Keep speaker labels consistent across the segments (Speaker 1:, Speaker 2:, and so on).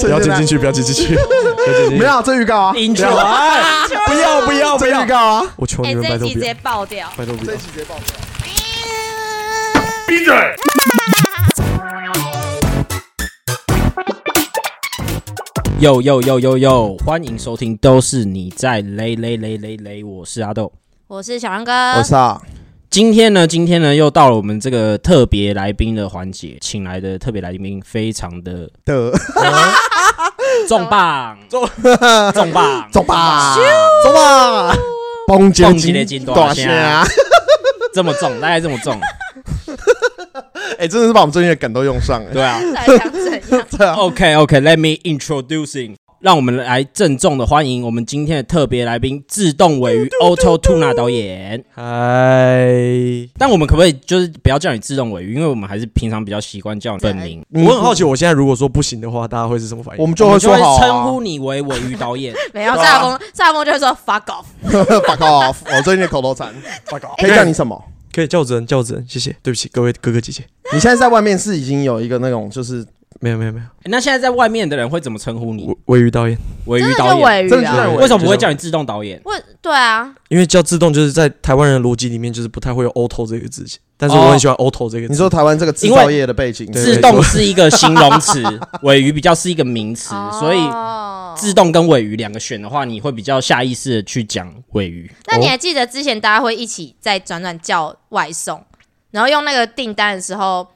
Speaker 1: 不要剪进去，不要剪进去，
Speaker 2: 没有这预告啊，
Speaker 1: 不要，不要，不要，不
Speaker 2: 这
Speaker 1: 要
Speaker 2: 预！告啊，
Speaker 1: 我求
Speaker 3: 哎、
Speaker 1: 你们，
Speaker 3: 这
Speaker 1: 拜
Speaker 3: 一
Speaker 1: 托
Speaker 3: 集直
Speaker 1: 不要
Speaker 3: 接，爆掉。
Speaker 1: 拜托不
Speaker 2: 这
Speaker 1: 要
Speaker 2: 一！期直接爆掉。
Speaker 4: 哟哟哟哟哟！欢迎收听，都是你在雷雷雷雷雷，我是阿豆。
Speaker 3: 我是小杨哥
Speaker 2: 我，是啊，
Speaker 4: 今天呢，今天呢，又到了我们这个特别来宾的环节，请来的特别来宾非常的
Speaker 2: 的
Speaker 4: 重磅，重重磅，
Speaker 2: 走 吧，走吧，蹦极
Speaker 4: 蹦极的金大虾
Speaker 2: 啊！
Speaker 4: 这么重，大概这么重，
Speaker 2: 哎，真的是把我们最近的梗都用上哎。
Speaker 4: 对啊。
Speaker 3: 在想怎样？
Speaker 2: 啊
Speaker 4: OK OK，Let、me introducing，让我们来郑重的欢迎我们今天的特别来宾自动尾鱼 Auto Tuna 导演。
Speaker 1: 嗨，
Speaker 4: 但我们可不可以就是不要叫你自动尾鱼，因为我们还是平常比较习惯叫你本名。
Speaker 1: 我很好奇，我现在如果说不行的话，大家会是什么反
Speaker 2: 我
Speaker 1: 应？
Speaker 2: 们
Speaker 4: 我
Speaker 2: 就
Speaker 4: 们
Speaker 2: 会
Speaker 4: 就
Speaker 2: 说
Speaker 4: 会
Speaker 2: 好啊，
Speaker 4: 称呼你为尾鱼导演。
Speaker 3: 没
Speaker 1: 啊
Speaker 3: 有，萨风萨风就会说 fuck off。
Speaker 2: fuck off，我最近的口头禅，fuck off，可以叫你什么？
Speaker 1: 可以叫主人，叫主人，谢谢，对不起各位哥哥姐姐。
Speaker 2: 你现在在外面是已经有一个那种，就是
Speaker 1: 没有，没有，没有，
Speaker 4: 那现在在外面的人会怎么称呼你？
Speaker 1: 我我语导演，
Speaker 4: 尾
Speaker 3: 真
Speaker 4: 鱼
Speaker 3: 的
Speaker 4: 导
Speaker 3: 就
Speaker 4: 演？
Speaker 3: 尾鱼
Speaker 2: 真的就
Speaker 3: 啊
Speaker 2: 是？尾鱼
Speaker 4: 为什么不会叫你自动导演？
Speaker 3: 我对啊，
Speaker 1: 因为叫自动就是在台湾人的逻辑里面，就是不太会有 auto 这个字，但是我
Speaker 4: 哦
Speaker 1: 很喜欢 auto 这个字。
Speaker 2: 你说台湾这个制造业的背景，
Speaker 1: 对
Speaker 4: 自动是一个形容词， 尾鱼比较是一个名词，
Speaker 3: 哦
Speaker 4: 所以自
Speaker 3: 以
Speaker 4: 动跟尾鱼两个选的话，你会比较下意识的去讲尾鱼。
Speaker 3: 那
Speaker 1: 哦
Speaker 3: 你还记得之前大家会一起在转转叫外送，然后用那个订单的时候，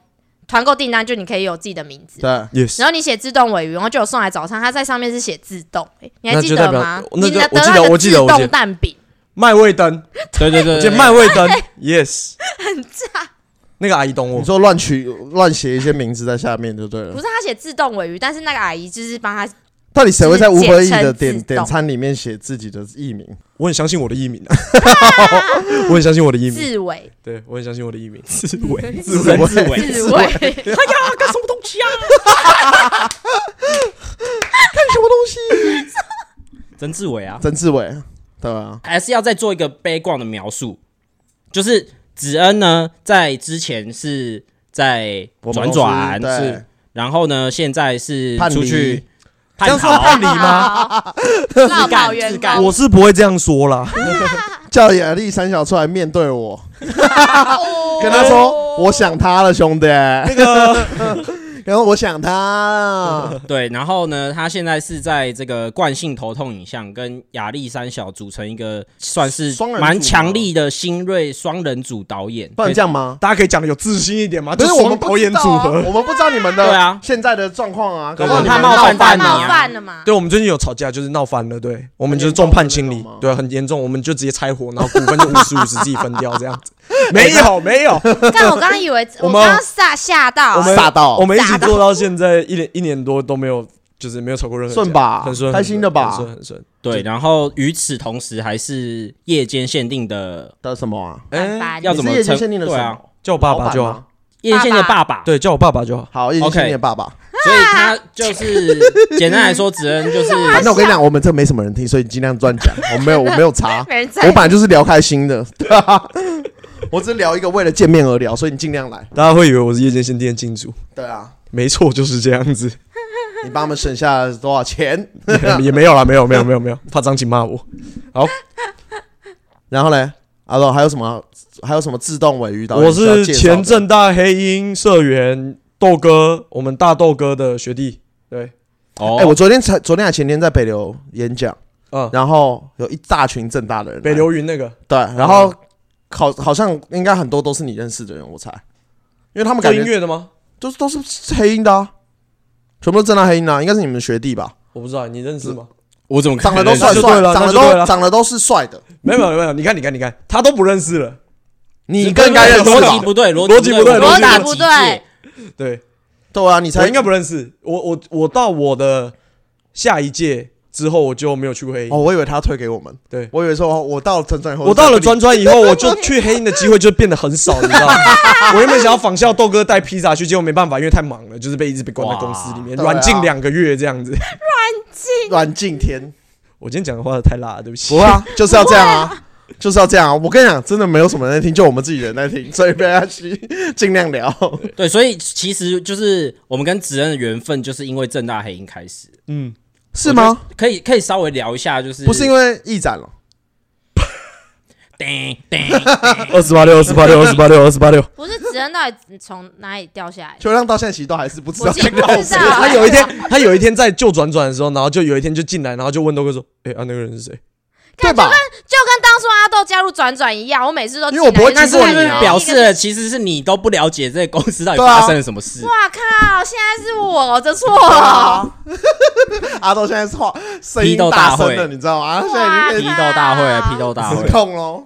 Speaker 3: 团购订单就你可以有自己的名字。
Speaker 2: 对，啊
Speaker 1: yes，
Speaker 3: 然后你写自动尾鱼，然后就有送来早餐，它在上面是写自动，哎你还
Speaker 1: 那
Speaker 3: 记
Speaker 1: 就
Speaker 3: 得
Speaker 1: 代表
Speaker 3: 吗？
Speaker 1: 那
Speaker 3: 你
Speaker 1: 就我
Speaker 3: 得
Speaker 1: 记得
Speaker 3: 那个
Speaker 1: 我记得
Speaker 3: 自
Speaker 1: 我记得
Speaker 3: 动蛋饼，
Speaker 1: 卖味灯，
Speaker 4: 对对对
Speaker 1: 我
Speaker 4: 对
Speaker 1: 见
Speaker 4: 对
Speaker 1: 卖味灯，yes，那个阿姨懂我
Speaker 2: 你，说乱取乱写一些名字在下面就对
Speaker 3: 不
Speaker 2: 了
Speaker 1: 嗯
Speaker 3: 是。他写自动尾鱼，但是那个阿姨就是帮他
Speaker 2: 到底谁会在
Speaker 3: 就是
Speaker 2: Uber
Speaker 3: 简
Speaker 2: E
Speaker 3: 称
Speaker 2: 的点
Speaker 3: 自动
Speaker 2: 点餐里面写自己的艺名？
Speaker 1: 我很相信我的艺名 啊，我很相信我的艺名，
Speaker 3: 自尾
Speaker 1: 对我很相信我的艺名，
Speaker 4: 自尾
Speaker 2: 自
Speaker 4: 自
Speaker 2: 尾
Speaker 4: 尾自尾。
Speaker 3: 自尾。
Speaker 4: 干什么东西啊？
Speaker 2: 什么东西？
Speaker 4: 曾志伟啊，
Speaker 2: 曾志伟，对啊，
Speaker 4: 还是要再做一个悲观的描述，就是子恩呢，在之前是在
Speaker 2: 我们
Speaker 4: 转
Speaker 2: 公司
Speaker 4: 转
Speaker 2: 对
Speaker 4: 是，然后呢，现在是
Speaker 2: 叛
Speaker 4: 出去
Speaker 2: 离
Speaker 1: 这
Speaker 4: 叛
Speaker 1: 样算
Speaker 4: 逃
Speaker 1: 叛离吗？
Speaker 3: 吗？自
Speaker 4: 干
Speaker 3: 保员
Speaker 4: 自干
Speaker 3: 工
Speaker 1: 我是不会这样说啦，
Speaker 2: 叫亚历山小出来面对我， 跟他说我想他了，兄弟。那个， 然后我想他 了，
Speaker 4: 对，然后呢，他现在是在这个惯性头痛影像跟亚历山小组成一个算是
Speaker 2: 双人组
Speaker 4: 蛮
Speaker 2: 吗
Speaker 4: 强力的新锐双人组导演。
Speaker 2: 不然这样吗？
Speaker 1: 大家可以讲的有自信一点吗？
Speaker 2: 不是
Speaker 1: 就
Speaker 2: 我们
Speaker 1: 双
Speaker 2: 不
Speaker 1: 导
Speaker 2: 知
Speaker 1: 演
Speaker 2: 道
Speaker 1: 组
Speaker 2: 啊，
Speaker 1: 合。
Speaker 2: 我们不知道你们
Speaker 4: 对
Speaker 2: 的
Speaker 4: 啊
Speaker 2: 现在的状况啊，
Speaker 1: 对
Speaker 2: 搞不好
Speaker 1: 对
Speaker 2: 你
Speaker 1: 对
Speaker 2: 们
Speaker 1: 他冒
Speaker 4: 犯
Speaker 3: 冒
Speaker 4: 你啊
Speaker 3: 犯了嘛？
Speaker 1: 对，我们最近有吵架，就是闹翻了，对我们就是
Speaker 2: 很严重
Speaker 1: 众
Speaker 2: 的
Speaker 1: 叛亲
Speaker 2: 那
Speaker 1: 离
Speaker 2: 种吗，
Speaker 1: 对，很严重，我们就直接拆伙，然后股份就五十五十自己分掉这样子。 没有没 有，
Speaker 3: 但我刚刚以为
Speaker 1: 我
Speaker 3: 我
Speaker 1: 们
Speaker 3: 刚刚吓吓到
Speaker 1: 我，们
Speaker 2: 吓到
Speaker 1: 我们一起做到现在一年一年多都没有，就是没有吵过任何架
Speaker 2: 顺吧
Speaker 1: 很顺，
Speaker 2: 开心的吧
Speaker 1: 很顺很顺。
Speaker 4: 对，然后与此同时，还是夜间限定的，
Speaker 2: 的什么啊？
Speaker 3: 拜
Speaker 1: 哎，
Speaker 3: 拜
Speaker 4: 要怎么
Speaker 2: 你是夜间
Speaker 4: 称
Speaker 2: 限定的
Speaker 4: 对
Speaker 2: 什
Speaker 4: 啊
Speaker 2: 么？
Speaker 1: 叫我爸爸
Speaker 2: 老板
Speaker 1: 就好
Speaker 2: 吗，
Speaker 4: 夜间限定的爸爸，
Speaker 1: 对，叫我爸爸就好。
Speaker 2: 好，夜间
Speaker 4: OK
Speaker 2: 限定的爸爸。
Speaker 4: 所以他 就是简单来说，子恩就是
Speaker 2: 反正我跟你讲，我们这没什么人听，所以你尽量乱讲。我没有，我没有查，
Speaker 3: 没人
Speaker 2: 我本
Speaker 3: 在。
Speaker 2: 来就是聊开心的， 对啊。我只是聊一个为了见面而聊，所以你尽量来。
Speaker 1: 大家会以为我是夜间限定的金主，
Speaker 2: 对啊，
Speaker 1: 没错，就是这样子。
Speaker 2: 你帮他们省下了多少钱？
Speaker 1: 也也没有啦，没有没有没有没有，怕张琴骂我。
Speaker 2: 然后嘞，阿豆还有什么？还有什么自动尾鱼导演
Speaker 1: 我
Speaker 2: 需要
Speaker 1: 是
Speaker 2: 介绍的
Speaker 1: 前正大黑鹰社员豆哥，我们大豆哥的学弟。对，
Speaker 4: 哦
Speaker 2: 哎、我昨天才昨天还前天在北流演讲，
Speaker 1: 嗯，
Speaker 2: 然后有一大群正大的人来，
Speaker 1: 北流云那个，
Speaker 2: 对，然后好好像应该很多都是你认识的人，我猜，因为他们
Speaker 1: 做
Speaker 2: 感
Speaker 1: 音
Speaker 2: 觉
Speaker 1: 乐的吗？
Speaker 2: 都是都是黑鹰的、啊，全部都正大黑鹰的、啊，应该是你们的学弟吧？
Speaker 1: 我不知道，你认识吗？
Speaker 4: 我怎么看
Speaker 2: 长得都帅
Speaker 1: 那就对
Speaker 2: 帅，
Speaker 1: 了
Speaker 2: 长得
Speaker 1: 那就对
Speaker 2: 都
Speaker 1: 了
Speaker 2: 长得都是帅的，
Speaker 1: 没有没有没有，你看你看你看，他都不认识了。
Speaker 2: 你
Speaker 1: 这
Speaker 2: 更应该认识啊
Speaker 4: 逻辑
Speaker 2: 吧？
Speaker 4: 不对，
Speaker 1: 逻辑不对
Speaker 4: 我大
Speaker 3: 逻辑不
Speaker 4: 极
Speaker 3: 对
Speaker 4: 致
Speaker 1: 对，
Speaker 2: 对啊，你才
Speaker 1: 我应该不认识。我我我到我的下一届之后，我就没有去过黑鹰。
Speaker 2: 哦，我以为他推给我们，
Speaker 1: 对
Speaker 2: 我以为说哦我到了专专以后，
Speaker 1: 我到了专专以后，我就去黑鹰的机会就变得很少，你知道 吗？我原本想要仿效豆哥带披萨去，结果没办法，因为太忙了，就是被一直被关在公司里面，
Speaker 2: 哇对啊
Speaker 1: 软禁两个月这样子。
Speaker 2: 阮敬天，
Speaker 1: 我今天讲的话太辣了，对不起。
Speaker 2: 不会啊，就是要这样啊。就是要这样啊。我跟你讲，真的没有什么人在听，就我们自己人在听，所以不要去 尽量聊。
Speaker 4: 对，所以其实就是我们跟子恩的缘分，就是因为正大黑鹰开始，
Speaker 1: 嗯，
Speaker 2: 是吗？
Speaker 4: 可以可以稍微聊一下，就是
Speaker 2: 不是因
Speaker 4: 为
Speaker 2: 为义展了，
Speaker 4: 叮叮，
Speaker 1: 二十八六，二十八六，二十八六，二十八六。
Speaker 3: 不是子恩到底从哪里掉下来？
Speaker 2: 秋亮到现在其实都还是不知道
Speaker 3: 我其实
Speaker 2: 在哎聊
Speaker 3: 不知
Speaker 2: 什
Speaker 3: 道
Speaker 2: 么。
Speaker 1: 他有一天，他有一天在旧转转的时候，然后就有一天就进来，然后就问豆哥说：“哎、啊，那个人是谁
Speaker 2: 对吧？
Speaker 3: 就跟当初阿豆加入转转一样，我每次都
Speaker 2: 因为我不会
Speaker 4: 那
Speaker 2: 经
Speaker 4: 是
Speaker 2: 过
Speaker 4: 不
Speaker 2: 你
Speaker 4: 是
Speaker 2: 啊
Speaker 4: 表示了其实是你都不了解这个公司到底
Speaker 2: 对啊
Speaker 4: 发生了什么事？
Speaker 3: 哇靠！现在是我 的错，
Speaker 2: 阿豆现在是话声音
Speaker 4: 批斗
Speaker 2: 大
Speaker 4: 大
Speaker 2: 声了，
Speaker 4: 会
Speaker 2: 你知道吗？他现在已
Speaker 4: 批
Speaker 2: 经
Speaker 4: 斗大会，啊批斗大
Speaker 2: 被
Speaker 4: 会
Speaker 2: 指，控喽。哦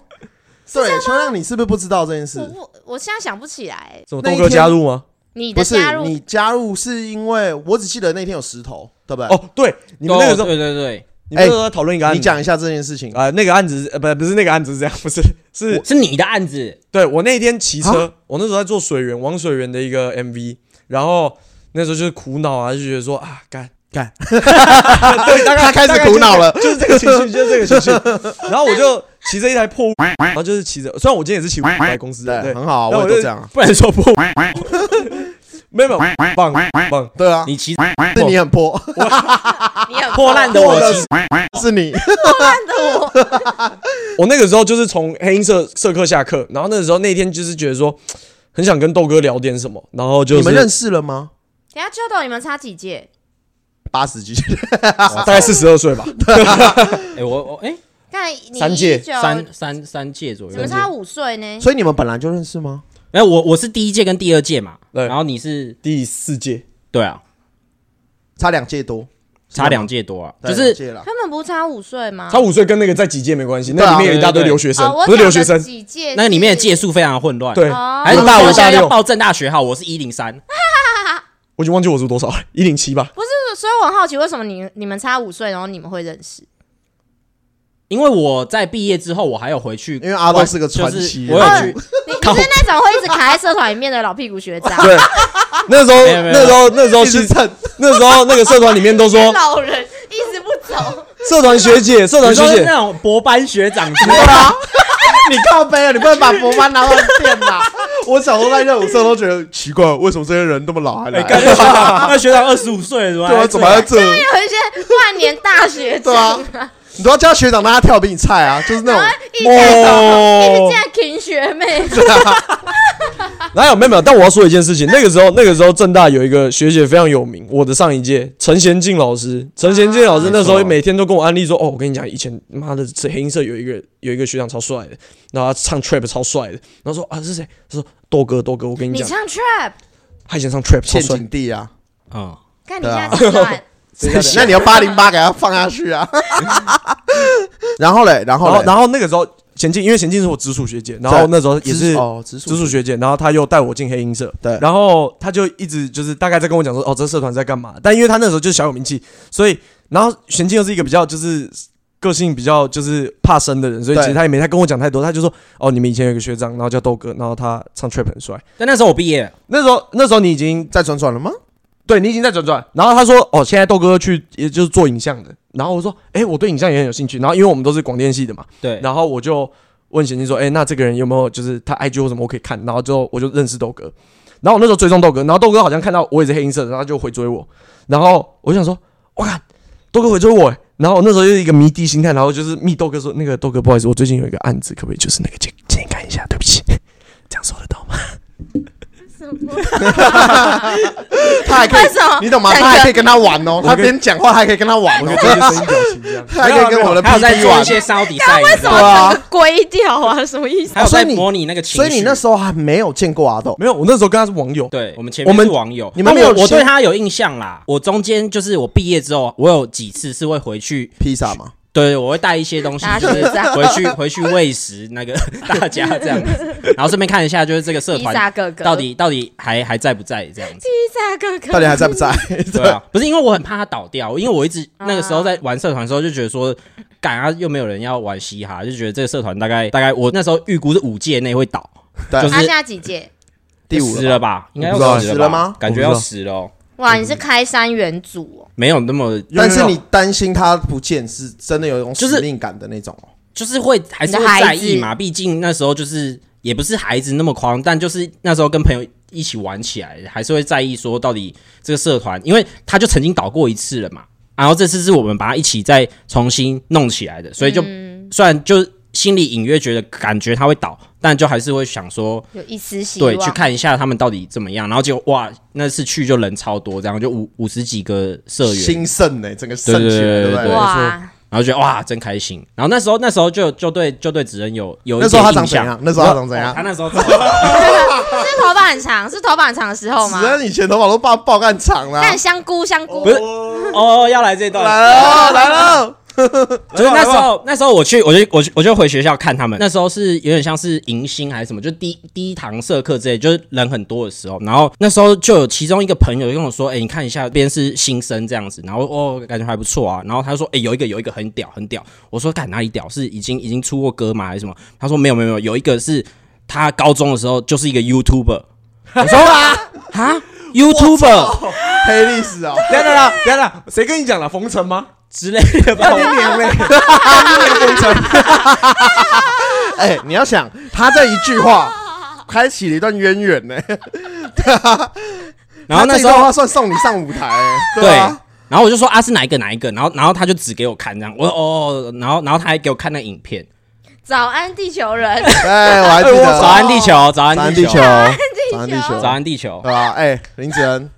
Speaker 2: 对，秋亮，你是不是不知道这件
Speaker 3: 我
Speaker 2: 事？
Speaker 3: 不，我现在想不起来？”
Speaker 1: 什么
Speaker 2: 那一
Speaker 1: 豆哥
Speaker 2: 天
Speaker 1: 加入吗？
Speaker 3: 你的
Speaker 2: 不是
Speaker 3: 加入
Speaker 2: 你加入是因为我只记得那天有石头，对不对？
Speaker 1: 哦，对，你们那个时候，
Speaker 4: 对对对，
Speaker 1: 你们那个时候在讨论一个案子，
Speaker 2: 哎你讲一下这件事情。
Speaker 1: 啊、那个案子是呃，不不是那个案子是这样，不是是
Speaker 4: 对是你的案子，
Speaker 1: 对我那天骑
Speaker 2: 啊
Speaker 1: 车，我那时候在做水源王水源的一个 MV，然后那时候就是苦恼啊，就觉得说啊，干
Speaker 2: 干，
Speaker 1: 对，大概
Speaker 2: 他开始
Speaker 1: 大概就是
Speaker 2: 苦恼了
Speaker 1: 就是这个情绪，就是这个情 绪。然后我就骑着一台破，然后就是骑着，虽然我今天也是 骑来公司的，
Speaker 2: 对，
Speaker 1: 对，
Speaker 2: 很好啊，
Speaker 1: 那
Speaker 2: 我
Speaker 1: 我
Speaker 2: 也都
Speaker 1: 就
Speaker 2: 这样啊。
Speaker 4: 不能 说不，
Speaker 1: 没有没有，棒棒，
Speaker 2: 对啊，
Speaker 4: 你其实
Speaker 2: 是你很泼，
Speaker 3: 你很
Speaker 4: 破烂的我
Speaker 2: 啊破了
Speaker 4: 其实
Speaker 2: 是你。
Speaker 1: 我那个时候就是从黑鹰社社课下课，然后那个时候那天就是觉得说。很想跟豆哥聊点什么，然后就是
Speaker 2: 你们认识了吗？
Speaker 3: 等一下秋豆，你们差几届？
Speaker 2: 八十级，
Speaker 1: 大概四十二岁吧，
Speaker 4: 哎我我哎
Speaker 3: 刚才你
Speaker 1: 三届
Speaker 2: 啊
Speaker 3: 19
Speaker 4: 三三三届左
Speaker 3: 怎
Speaker 4: 右
Speaker 3: 么，差五岁呢？
Speaker 2: 所以你们本来就认识吗？
Speaker 4: 哎我我是第一届跟第二届嘛，
Speaker 1: 对
Speaker 4: 然后你是
Speaker 1: 第四届。
Speaker 4: 对啊，
Speaker 2: 差两届多，
Speaker 4: 差两届多啊，
Speaker 2: 对
Speaker 4: 就是
Speaker 2: 两届了。
Speaker 3: 他们不差五岁吗？
Speaker 1: 他五岁跟那个在几届没关系，
Speaker 2: 啊对啊
Speaker 1: 那里面有一大堆
Speaker 4: 对对对
Speaker 1: 留学生
Speaker 3: 哦，我，
Speaker 1: 不是
Speaker 3: 讲
Speaker 1: 留
Speaker 3: 的
Speaker 1: 学生，
Speaker 3: 几届
Speaker 4: 那里面的
Speaker 3: 是
Speaker 4: 届数非常的混乱，
Speaker 1: 对，
Speaker 3: 哦
Speaker 4: 还是
Speaker 1: 我
Speaker 4: 大
Speaker 1: 大
Speaker 4: 我
Speaker 1: 我
Speaker 4: 现在
Speaker 1: 大
Speaker 4: 要
Speaker 1: 六
Speaker 4: 报正大学号，我是一零三，
Speaker 1: 我已经忘记我是多少了，一零七吧。
Speaker 3: 不是，所以我很好奇，为什么你你们差五岁，然后你们会认识？
Speaker 4: 因为我在毕业之后，我还有回去，
Speaker 2: 因为阿豆是个传奇啊
Speaker 4: 就是我有去，
Speaker 3: 你你是那种会一直卡在社团里面的老屁股学长，
Speaker 1: 对，那时候
Speaker 4: 没有没有
Speaker 1: 那时候那时候
Speaker 2: 一直
Speaker 1: 其实
Speaker 2: 蹭，
Speaker 1: 那时候那个社团里面都说
Speaker 3: 老人一直不走，
Speaker 1: 社团学姐社团
Speaker 4: 你
Speaker 1: 学
Speaker 4: 说是
Speaker 1: 姐
Speaker 4: 那种博班学长之类
Speaker 2: 对
Speaker 4: 的，
Speaker 2: 啊， 你靠背啊了，你不能把博班拿到电啦。 我小时候在热舞社都觉得奇怪，为什么这些人那么老还来
Speaker 4: 哎，？感觉学长那学长二十五岁是吧？
Speaker 2: 对啊，怎么还在这？
Speaker 3: 有一些万年大学
Speaker 2: 对啊
Speaker 3: 长，
Speaker 2: 你都要叫学长让他跳比你菜啊，就是那种
Speaker 3: 一直一
Speaker 1: 哦
Speaker 3: 直，在挺学妹，
Speaker 1: 哪有没有没有？但我要说一件事情，那个时候那个时候正大有一个学姐非常有名，我的上一届陈贤静老师，陈贤静老师那时候每天都跟我安利说，哦，我跟你讲，以前妈的这黑音社有一个有一个学长超帅的，然后他唱 trap 超帅的，然后说啊是谁？他说豆哥豆哥，我跟你
Speaker 3: 你
Speaker 1: 讲，
Speaker 3: 唱 trap，
Speaker 1: 他以前唱 trap 超
Speaker 2: 陷
Speaker 1: 帅。
Speaker 2: 阱地啊。
Speaker 4: 嗯，
Speaker 3: 看你
Speaker 2: 对啊
Speaker 3: 现在几 段，
Speaker 2: 那你要八零八给他放下去 啊。然后嘞，然
Speaker 1: 然
Speaker 2: 后
Speaker 1: 后
Speaker 2: 嘞
Speaker 1: 然后那个时候贤静，因为贤静是我直属学姐，然后那时候也
Speaker 2: 直
Speaker 1: 是
Speaker 2: 哦，直
Speaker 1: 直
Speaker 2: 属
Speaker 1: 属学姐，然后她又带我进黑音社，
Speaker 2: 对
Speaker 1: 然后她就一直就是大概在跟我讲说，哦，这社团在干嘛？但因为她那时候就是小有名气，所以然后贤静又是一个比较就是。个性比较就是怕生的人，所以
Speaker 2: 对
Speaker 1: 其实她也没太跟我讲太多。她就说：“哦，你们以前有一个学长，然后叫豆哥，然后他唱 trap 很帅。
Speaker 4: 但那时候我毕业了，
Speaker 1: 那时候那时候你已经
Speaker 2: 在转转了吗？
Speaker 1: 对你已经在转转。然后他说：哦，现在豆哥去也就是做影像的。然后我说：哎、我对影像也很有兴趣。然后因为我们都是广电系的嘛，
Speaker 4: 对，
Speaker 1: 然后我就问贤弟说：“哎、那这个人有没有就是他 IG 或什么我可以看？”然后之后我就认识豆哥，然后我那时候追踪豆哥，然后豆哥好像看到我也是黑音社的，然后他就回追我，然后我就想说：“我看豆哥回追我、欸。”然后我那时候就是一个迷弟心态，然后就是密豆哥说：“那个豆哥，不好意思，我最近有一个案子，可不可以就是那个借借你看一下？对不起，这样说得到吗？”
Speaker 2: 他还可以
Speaker 3: 为 什么，
Speaker 2: 你懂吗？
Speaker 3: 整个
Speaker 2: 他还可以跟他玩哦，
Speaker 1: 我
Speaker 2: 他
Speaker 1: 跟
Speaker 2: 边讲话还可以跟他玩
Speaker 1: 我
Speaker 2: 哦
Speaker 1: 可以，做一些声音表情这样。
Speaker 2: 他还可以跟我们的
Speaker 4: 还有在
Speaker 2: PD
Speaker 4: 做一
Speaker 2: 玩。
Speaker 4: 些烧底赛，你知道
Speaker 2: 对
Speaker 4: 吗
Speaker 2: 啊，
Speaker 3: 归掉啊，什么意思？
Speaker 4: 还有
Speaker 2: 哦所以
Speaker 4: 在
Speaker 2: 你
Speaker 4: 模拟那个情绪。
Speaker 2: 所以你那时候还没有见过阿豆，
Speaker 1: 没有，我那时候跟他是网友，
Speaker 4: 对我们前
Speaker 1: 我
Speaker 4: 面
Speaker 1: 们
Speaker 4: 是网友，
Speaker 2: 你们
Speaker 4: 但
Speaker 2: 没有
Speaker 4: 我我
Speaker 2: 先
Speaker 4: 对他有印象啦。我中间就是我毕业之后，我有几次是会回去，
Speaker 2: 披萨嘛，
Speaker 4: 对，我会带一些东西
Speaker 3: 大，
Speaker 4: 就
Speaker 3: 家
Speaker 4: 是
Speaker 3: 学长
Speaker 4: 回去回去喂食那个 大家这样子，然后顺便看一下就是这个社
Speaker 3: 披
Speaker 4: 团
Speaker 3: 萨哥哥，
Speaker 4: 到底到底还还在不在这样子。
Speaker 3: 披萨哥哥
Speaker 2: 到底还在不在？
Speaker 4: 对啊，不是因为我很怕他倒掉，因为我一直那个时候在玩社团的时候就觉得说，赶啊又没有人要玩嘻哈，就觉得这个社团大概大概我那时候预估是五届内会倒，
Speaker 2: 对
Speaker 4: 就
Speaker 3: 他现
Speaker 4: 是
Speaker 3: 在几届？
Speaker 2: 第五
Speaker 4: 十
Speaker 2: 了
Speaker 4: 了吧，应该
Speaker 1: 我不知
Speaker 4: 要
Speaker 1: 道
Speaker 4: 十
Speaker 2: 十
Speaker 4: 吧
Speaker 2: 了吗
Speaker 4: 感觉
Speaker 1: 我
Speaker 4: 要
Speaker 1: 不知道
Speaker 4: 十了哦，
Speaker 3: 哇，你是开山元祖哦。
Speaker 4: 没有那么
Speaker 2: 但
Speaker 1: 有
Speaker 2: 是
Speaker 1: 有有
Speaker 2: 你担心他不见，是真的有一种
Speaker 4: 就是
Speaker 2: 使命感的那种哦。
Speaker 4: 就是会还是会在意嘛，毕竟那时候就是也不是孩子那么狂，但就是那时候跟朋友一起玩起来，还是会在意说到底这个社团，因为他就曾经倒过一次了嘛，然后这次是我们把它一起再重新弄起
Speaker 3: 嗯
Speaker 4: 来的，所以就、虽然就心里隐约觉得感觉他会倒，但就还是会想说
Speaker 3: 有一丝希望。
Speaker 4: 对，去看一下他们到底怎么样，然后结果哇，那次去就人超多，这样就五五十几个社员，
Speaker 2: 兴盛呢，整个盛起来，
Speaker 4: 对对对
Speaker 2: 对不
Speaker 4: 对
Speaker 2: 对？
Speaker 3: 哇，
Speaker 4: 然后觉得哇，真开心。然后那时候那时候就就对就对子恩有有一
Speaker 2: 那时候他长
Speaker 4: 点印
Speaker 2: 怎
Speaker 4: 象哦
Speaker 2: 样？那时候他长怎样
Speaker 4: 他？那时候超
Speaker 3: 是头发很长，是头发很长的时候吗
Speaker 2: 子？恩以前头发都爆爆干长了，
Speaker 3: 但香菇香菇
Speaker 4: 不是哦，要来这段，
Speaker 2: 来了啊来了，
Speaker 4: 就是那时候那时候我去我就我就我就回学校看他们，那时候是有点像是迎新还是什么，就第第一堂社课之类，就是人很多的时候。然后那时候就有其中一个朋友跟我说：“哎、你看一下这边是新生这样子。”然后哦，感觉还不错啊。然后他就说：“哎、有一个有一个很屌很屌。”我说：“干哪里屌？是已经已经出过歌吗？还是什么？”他说：“没有没有没有，有一个是他高中的时候就是一个 YouTuber。”我说：“啊，YouTuber。”
Speaker 2: 黑历史 哦，
Speaker 1: 等一下等一下等一下，谁跟你讲了？冯晨吗？
Speaker 4: 之类的吧。
Speaker 1: 你娘嘞！
Speaker 2: 哎，你要想他这一句话。开启了一段渊源呢、
Speaker 4: 然后那
Speaker 2: 他这一
Speaker 4: 时
Speaker 2: 段
Speaker 4: 候
Speaker 2: 话算送你上舞台、欸，
Speaker 4: 对
Speaker 2: 啊，，
Speaker 4: 然后我就说啊是哪一个哪一个，然后然后他就指给我看这样，我说哦，然后然后他还给我看那影片，
Speaker 3: 早安地球人，
Speaker 2: 哎，我还记
Speaker 1: 哎
Speaker 2: 得
Speaker 1: 我
Speaker 4: 早安地球，早
Speaker 2: 早
Speaker 4: 安
Speaker 2: 安地球，
Speaker 4: 球，
Speaker 2: 早安地球，
Speaker 4: 早安地球
Speaker 2: 对，吧？哎，林子恩，你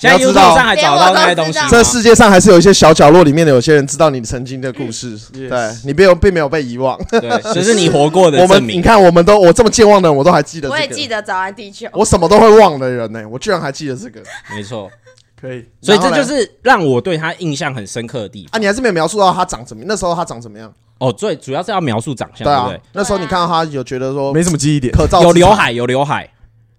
Speaker 4: 现
Speaker 2: 要
Speaker 4: 在
Speaker 2: 知
Speaker 4: YouTube 上
Speaker 2: 道，
Speaker 4: 还找到那些东西吗，
Speaker 2: 这世界上还是有一些小角落里面的有些人知道你曾经的故事，
Speaker 1: Yes
Speaker 2: 对你没有并没有被遗忘。
Speaker 4: 对，这是你活过的
Speaker 2: 我
Speaker 4: 嗯证
Speaker 2: 们你
Speaker 4: 明。
Speaker 2: 看，我们都我这么健忘的人，我都还记得，
Speaker 3: 我也记，得早安地球。
Speaker 2: 我什么都会忘的人呢，我居然还记得这 个
Speaker 4: 没错，
Speaker 1: 可以，
Speaker 4: 所以这
Speaker 2: 然后
Speaker 4: 就
Speaker 2: 嘞
Speaker 4: 是让我对他印象很深刻的地方。
Speaker 2: 啊！你还是没有描述到他长怎么，那时候他长怎么样？
Speaker 4: 哦，最主要是要描述长
Speaker 2: 对
Speaker 4: 相，对不
Speaker 2: 啊
Speaker 4: 对？，
Speaker 2: 那时候你看到他有觉得说
Speaker 1: 没什么记忆点。
Speaker 2: 可造
Speaker 4: 有刘，海，有刘海，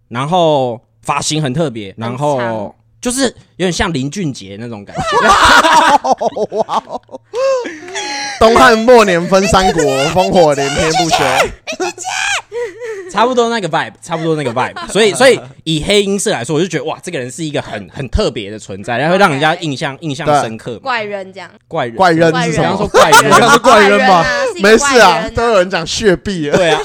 Speaker 4: 然后发型很特别，然
Speaker 3: 很
Speaker 4: 后
Speaker 3: 长
Speaker 4: 就是有点像林俊杰那种感觉。
Speaker 2: 东汉末年分三国， 烽火连天不 休。
Speaker 4: 差不多那个 vibe，差不多那个 vibe。所以，所以以黑音色来说，我就觉得哇，这个人是一个很很特别的存在，然后会让人家印象印象深刻嘛。
Speaker 3: 怪人这样，
Speaker 4: 怪人，
Speaker 2: 怪人
Speaker 3: 怪
Speaker 2: 是
Speaker 3: 人
Speaker 2: 什
Speaker 4: 比方
Speaker 2: 么
Speaker 4: 说？怪 人，
Speaker 1: 像是怪人吧
Speaker 3: 啊？是一
Speaker 2: 没
Speaker 3: 个
Speaker 2: 事
Speaker 3: 怪
Speaker 2: 啊，
Speaker 3: 人
Speaker 2: 都有人讲血币了。
Speaker 4: 对啊。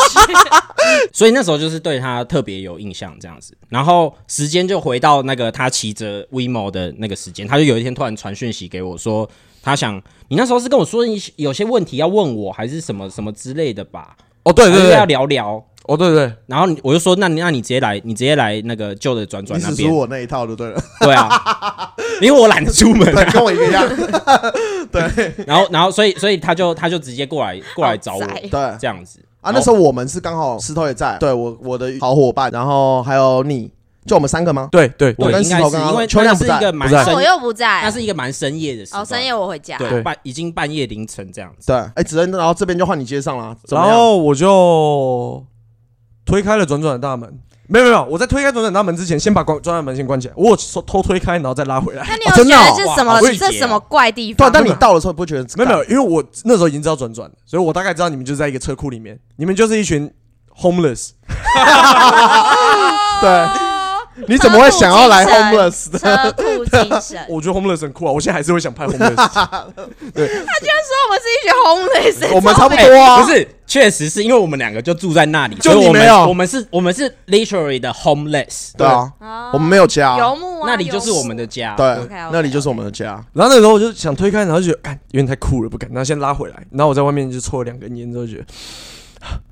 Speaker 4: 所以那时候就是对他特别有印象这样子，然后时间就回到那个他骑着 WeMo 的那个时间，他就有一天突然传讯息给我说，他想你那时候是跟我说你有些问题要问我，还是什么什么之类的吧？
Speaker 1: 哦，对对
Speaker 4: 还是要
Speaker 1: 对，
Speaker 4: 聊聊。
Speaker 1: 哦对对，
Speaker 4: 然后你我就说，那你那你直接来，你直接来那个旧的转
Speaker 2: 你
Speaker 4: 转那
Speaker 2: 只
Speaker 4: 边
Speaker 2: 输，我那一套就对了，
Speaker 4: 对啊， 因为我懒得出门、啊
Speaker 2: 对，跟我一个样。
Speaker 4: 然后然后所以所以他就他就直接过来过来找我
Speaker 3: 好宅
Speaker 2: 对啊，
Speaker 4: 这样子哦
Speaker 2: 那时候我们是刚好石头也在，对我我的好伙伴，然后还有你，就我们三个吗？
Speaker 1: 对对
Speaker 2: 我
Speaker 4: 对
Speaker 2: 跟
Speaker 4: 应该
Speaker 2: 石头
Speaker 4: 是
Speaker 2: 刚刚
Speaker 4: 因为
Speaker 2: 秋
Speaker 4: 那
Speaker 2: 亮不
Speaker 4: 是一
Speaker 2: 在
Speaker 4: 个蛮
Speaker 1: 不在
Speaker 3: 那
Speaker 4: 深
Speaker 3: 我，又不在
Speaker 4: 那，是一个蛮深夜的时段
Speaker 3: 哦，深夜我回家，
Speaker 1: 对
Speaker 4: 对半已经半夜凌晨这样子。
Speaker 2: 对，哎，子恩，然后这边就换你接上了，怎么
Speaker 1: 然
Speaker 2: 样
Speaker 1: 后我就推开了转转的大门。没有没有没有，我在推开转转大门之前，先把关转转门先关起来。我有手偷推开，然后再拉回来。啊
Speaker 3: 那你
Speaker 2: 哦
Speaker 3: 有
Speaker 2: 真的
Speaker 3: 觉
Speaker 2: 哦
Speaker 3: 得是什么
Speaker 4: 哇好？细节
Speaker 3: 这
Speaker 4: 哦
Speaker 3: 什么怪地
Speaker 2: 对啊
Speaker 3: 方，？
Speaker 2: 但你到的时候不会觉得
Speaker 1: 没有没有，因为我那时候已经知道转转了，所以我大概知道你们就是在一个车库里面，你们就是一群 homeless。
Speaker 3: 哦
Speaker 2: 有，你怎么会想要来 homeless 的？
Speaker 3: 车库精神，
Speaker 1: 我觉得 homeless 很酷啊，我现在还是会想拍 homeless。
Speaker 3: 说我们是一群 homeless，
Speaker 2: 我们差不多
Speaker 4: 哎
Speaker 2: 啊，
Speaker 4: 不是，确实是因为我们两个就住在那里，
Speaker 2: 就
Speaker 4: 所以我
Speaker 2: 你
Speaker 4: 们
Speaker 2: 没有
Speaker 4: 我们是，我们是 literally 的 homeless，
Speaker 2: 对啊，
Speaker 3: 哦
Speaker 2: 我们没有家，
Speaker 3: 游牧啊，
Speaker 4: 那里就是
Speaker 3: 游牧
Speaker 4: 我们的家。
Speaker 2: 对
Speaker 3: OK，OK，
Speaker 2: 那里就是我们的家。
Speaker 1: 然后那时候我就想推开，然后就觉得，干，有点太酷了，不敢。然后先拉回来，然后我在外面就抽了两根烟，之后就觉得，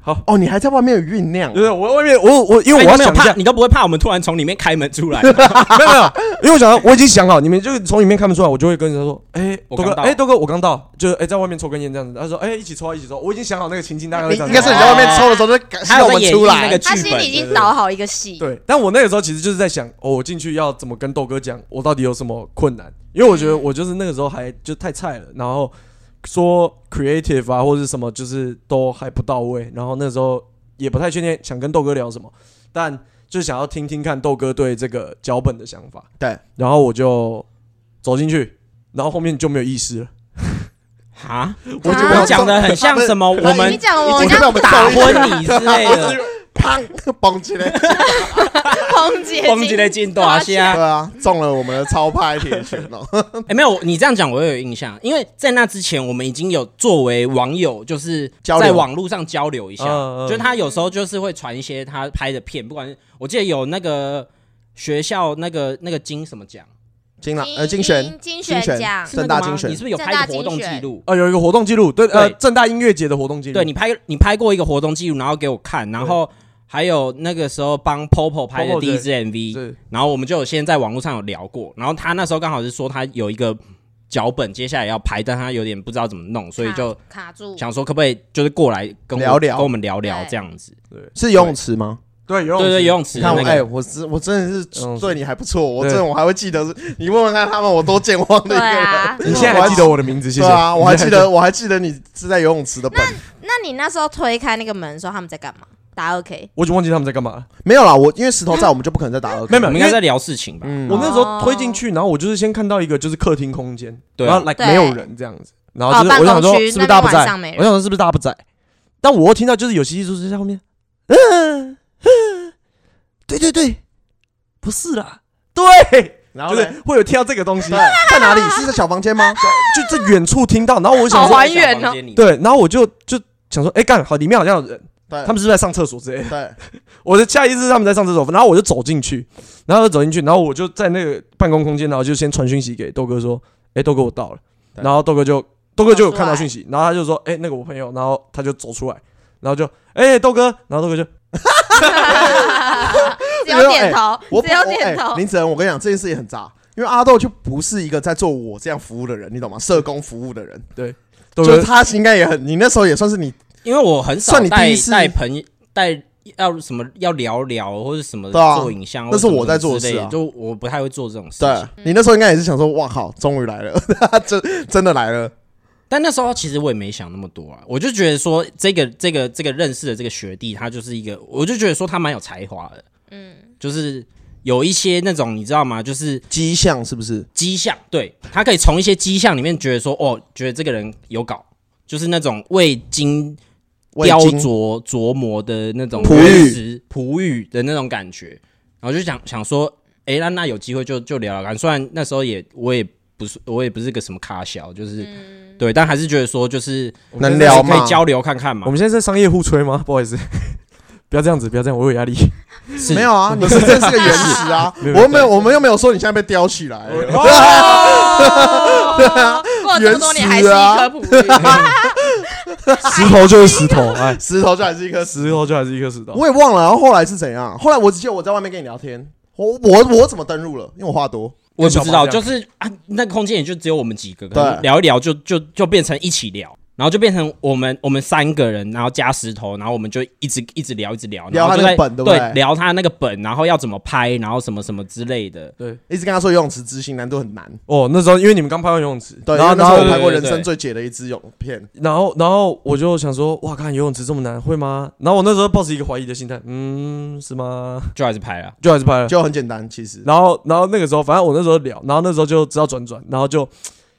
Speaker 1: 好，
Speaker 2: 哦，你还在外面有酝酿啊
Speaker 1: 对，对，我在外面，我我因为我
Speaker 4: 哎，
Speaker 1: 要
Speaker 4: 你没有
Speaker 1: 想一
Speaker 4: 怕，
Speaker 1: 下，
Speaker 4: 你都不会怕我们突然从里面开门出 来，
Speaker 1: 没有没有，因为我想到我已经想好，你们就从里面看不出来，我就会跟人家说，哎、
Speaker 4: 我
Speaker 1: 豆
Speaker 4: 刚
Speaker 1: 哥，
Speaker 4: 到
Speaker 1: 哎、豆哥，我刚到，就是哎、在外面抽根烟这样子。他说，哎、一起抽啊，一起抽。我已经想好那个情境大概会
Speaker 2: 你
Speaker 1: 长
Speaker 2: 应
Speaker 1: 怎
Speaker 2: 该
Speaker 1: 样
Speaker 2: 是你在外面抽的时候就赶
Speaker 4: 还
Speaker 2: 希
Speaker 4: 有
Speaker 2: 望我
Speaker 4: 在
Speaker 2: 们
Speaker 4: 演
Speaker 2: 出
Speaker 4: 绎那个
Speaker 2: 来，
Speaker 4: 剧
Speaker 3: 他心
Speaker 4: 本
Speaker 3: 里已经导好一个戏，
Speaker 1: 对，但我那个时候其实就是在想，哦，我进去要怎么跟豆哥讲，我到底有什么困难？因为我觉得我就是那个时候还就太菜了，然后说 creative 啊或者是什么，就是都还不到位，然后那时候也不太确定想跟豆哥聊什么，但就想要听听看豆哥对这个脚本的想法。
Speaker 2: 对，
Speaker 1: 然后我就走进去，然后后面就没有意识了。
Speaker 4: 啊！
Speaker 2: 我
Speaker 3: 我
Speaker 2: 觉
Speaker 3: 觉
Speaker 2: 得
Speaker 3: 得
Speaker 4: 我讲的很像什么，
Speaker 2: 不是
Speaker 4: 我
Speaker 2: 我
Speaker 4: 们
Speaker 3: 哎你讲我
Speaker 2: 已
Speaker 3: 们
Speaker 2: 经被我
Speaker 3: 要
Speaker 2: 们
Speaker 3: 打
Speaker 4: 打，婚礼之类的，
Speaker 2: 砰蹦起来，
Speaker 3: 红姐，
Speaker 4: 崩击的进度 啊，现
Speaker 2: 对
Speaker 4: 在
Speaker 2: 啊，中了我们的超派铁拳哦。
Speaker 4: 哎，没有，你这样讲我也有印象，因为在那之前我们已经有作为网友，就是
Speaker 2: 交流
Speaker 4: 在网络上交流一下，
Speaker 1: 嗯嗯
Speaker 4: 就是他有时候就是会传一些他拍的片，不管是我记得有那个学校那个那个金什么奖，
Speaker 2: 金了，呃，精选，
Speaker 3: 金
Speaker 2: 选
Speaker 3: 选奖，
Speaker 4: 是
Speaker 2: 啊
Speaker 4: 那
Speaker 2: 正大
Speaker 4: 个吗
Speaker 2: 精选
Speaker 4: 你是不是有
Speaker 3: 正
Speaker 4: 拍
Speaker 3: 大
Speaker 4: 一个活动
Speaker 3: 精选
Speaker 4: 记录？
Speaker 1: 啊，有一个活动记录，对，呃，
Speaker 4: 对
Speaker 1: 正大音乐节的活
Speaker 2: 嗯
Speaker 1: 动记录，
Speaker 4: 对你拍你拍过一个活动记录，然后给我看，然后还有那个时候帮 Popo 拍的
Speaker 1: Popo
Speaker 4: 第
Speaker 1: 对
Speaker 4: 一支 MV，
Speaker 1: 是
Speaker 4: 然后我们就有先在网络上有聊过，然后他那时候刚好是说他有一个脚本，接下来要拍，但他有点不知道怎么弄，所以就
Speaker 3: 卡住。
Speaker 4: 想说可不可以就是过来跟我
Speaker 2: 聊聊
Speaker 4: 跟我们聊聊
Speaker 3: 对
Speaker 4: 这样子。
Speaker 2: 是游泳池吗？
Speaker 1: 对游
Speaker 4: 对
Speaker 1: 泳池
Speaker 4: 对，游泳池
Speaker 2: 你
Speaker 4: 的
Speaker 2: 看我，
Speaker 4: 那
Speaker 2: 哎，
Speaker 4: 个，
Speaker 2: 我真我真的
Speaker 1: 游泳
Speaker 2: 是
Speaker 1: 池
Speaker 2: 对你还不错，我
Speaker 1: 对
Speaker 2: 真的我还会记得，你问问看他们，我多健忘的
Speaker 3: 对
Speaker 2: 一个人。
Speaker 3: 啊，
Speaker 1: 你现在还记得我的名字？谢
Speaker 2: 对
Speaker 1: 谢
Speaker 2: 啊，我还记得，我还记得你是在游泳池的本，
Speaker 3: 那你那时候推开那个门的时候，他们在干嘛？打 二 K，
Speaker 1: 我已经忘记他们在干嘛了。
Speaker 2: 没有啦，我因为石头在，我们就不可能再打二 K。
Speaker 1: 没有
Speaker 4: 我
Speaker 1: 没有
Speaker 4: 们应该在聊事情吧？
Speaker 2: 嗯，
Speaker 1: 我那时候
Speaker 3: 哦
Speaker 1: 推进去，然后我就是先看到一个就是客厅空间，
Speaker 4: 对啊
Speaker 1: 然后 like
Speaker 3: 对
Speaker 1: 没有人这样子，然后就
Speaker 3: 哦
Speaker 1: 是我想
Speaker 3: 办公
Speaker 1: 说
Speaker 3: 区
Speaker 1: 是不是大家不
Speaker 3: 那边
Speaker 1: 在
Speaker 3: 晚上没？人
Speaker 1: 我想说是不是大家不在？但我又听到就是有戏剧组在后面，嗯、嗯，对对对，呃不是啦，对，
Speaker 2: 然
Speaker 1: 就
Speaker 2: 后嘞
Speaker 1: 是会有听到这个东西，
Speaker 2: 对，在哪里？是在小房间吗？
Speaker 1: 就这远处听到，然后我想
Speaker 3: 好
Speaker 1: 说
Speaker 3: 还原哦
Speaker 4: 在房间里面，
Speaker 1: 对，然后我就就想说，哎、干好，里面好像有人，
Speaker 2: 对，
Speaker 1: 他们是不是在上厕所之类的？
Speaker 2: 对，
Speaker 1: 我的下意识是他们在上厕所，然后我就走进去，然后就走进去，然后我就在那个办公空间，然后就先传讯息给豆哥说，哎、豆哥我到了，
Speaker 2: 对
Speaker 1: 然后豆哥就豆哥就有看到
Speaker 3: 走出来
Speaker 1: 讯息，然后他就说，哎、那个我朋友，然后他就走出来，然后就，哎、豆哥，然后豆哥就，
Speaker 3: 只有点头，
Speaker 2: 我
Speaker 3: 只有点
Speaker 2: 我
Speaker 3: 头
Speaker 2: 哎。林子仁，我跟你讲，这件事也很渣。因为阿豆就不是一个在做我这样服务的人，你懂吗？社工服务的人，
Speaker 1: 豆
Speaker 2: 就是
Speaker 1: 哥
Speaker 2: 他应该也很，你那时候也算是你
Speaker 4: 因为我很少
Speaker 2: 算你第
Speaker 4: 带
Speaker 2: 一次
Speaker 4: 带朋友带要什么要聊聊或者什么
Speaker 2: 对啊
Speaker 4: 做影像或
Speaker 2: 那
Speaker 4: 者
Speaker 2: 是
Speaker 4: 什么之类的，
Speaker 2: 我在做的事啊
Speaker 4: 就我不太会做这种事
Speaker 2: 对
Speaker 4: 情。
Speaker 2: 你那时候应该也是想说，哇靠，终于来了， 真真的来了，
Speaker 4: 但那时候其实我也没想那么多啊，我就觉得说这个这个这个认识的这个学弟，他就是一个，我就觉得说他蛮有才华的，
Speaker 3: 嗯，
Speaker 4: 就是有一些那种你知道吗？就是
Speaker 2: 迹象是不是？
Speaker 4: 迹象，对他可以从一些迹象里面觉得说，哦，觉得这个人有搞，就是那种未经
Speaker 2: 味
Speaker 4: 雕
Speaker 2: 精
Speaker 4: 琢琢磨的那种
Speaker 2: 璞
Speaker 4: 原
Speaker 2: 玉
Speaker 4: 石璞玉的那种感觉，然后就想想说，哎、那那有机会就就聊聊看。虽然那时候也我也不是我也不是个什么咖小，就是、对，但还是觉得说就是
Speaker 2: 能聊
Speaker 4: 可
Speaker 2: 吗
Speaker 4: 以？交流看看嘛
Speaker 1: 我。们现在在商业互吹吗？不好意思，不要这样子，不要这样，我有压力。
Speaker 4: 是
Speaker 2: 没有啊，你是真是个原始啊，
Speaker 1: 没有
Speaker 2: 我又 没有，我们又没有说你现在被雕起来了，
Speaker 3: 哦过了这么多年还是一颗璞玉，
Speaker 1: 石头就是石头，哎，
Speaker 2: 石头就还是一颗石。
Speaker 1: 石头就还是一颗石头。
Speaker 2: 我也忘了，然后后来是怎样？后来我只记得我在外面跟你聊天，我我我怎么登入了？因为我话多，
Speaker 4: 我也不知
Speaker 1: 小
Speaker 4: 道，
Speaker 1: 麻将
Speaker 4: 就是啊，那个空间也就只有我们几个，
Speaker 2: 对
Speaker 4: 可能聊一聊就就就变成一起聊，然后就变成我们我们三个人，然后加石头，然后我们就一直一直聊一直聊，
Speaker 2: 聊
Speaker 4: 然后
Speaker 2: 他
Speaker 4: 就
Speaker 2: 那
Speaker 4: 在
Speaker 2: 个本对
Speaker 4: 对
Speaker 2: 不对
Speaker 4: 聊他那个本，然后要怎么拍，然后什么什么之类的。
Speaker 2: 一直跟他说游泳池执行难度很难。
Speaker 1: 哦，那时候因为你们刚拍完游泳池，
Speaker 2: 对，
Speaker 1: 然后
Speaker 2: 因为那
Speaker 1: 然
Speaker 2: 时
Speaker 1: 后
Speaker 2: 候
Speaker 4: 对
Speaker 2: 我拍过
Speaker 4: 对
Speaker 2: 人生
Speaker 4: 对
Speaker 2: 最解的一支泳片，
Speaker 1: 然后，然后我就想说，哇，看游泳池这么难，会吗？然后我那时候抱着一个怀疑的心态，嗯，是吗？
Speaker 4: 就还是拍了。
Speaker 1: 就还是拍了。
Speaker 2: 就很简单，其实。
Speaker 1: 然后，然后那个时候，反正我那时候聊，然后那时候就知道转转，然后就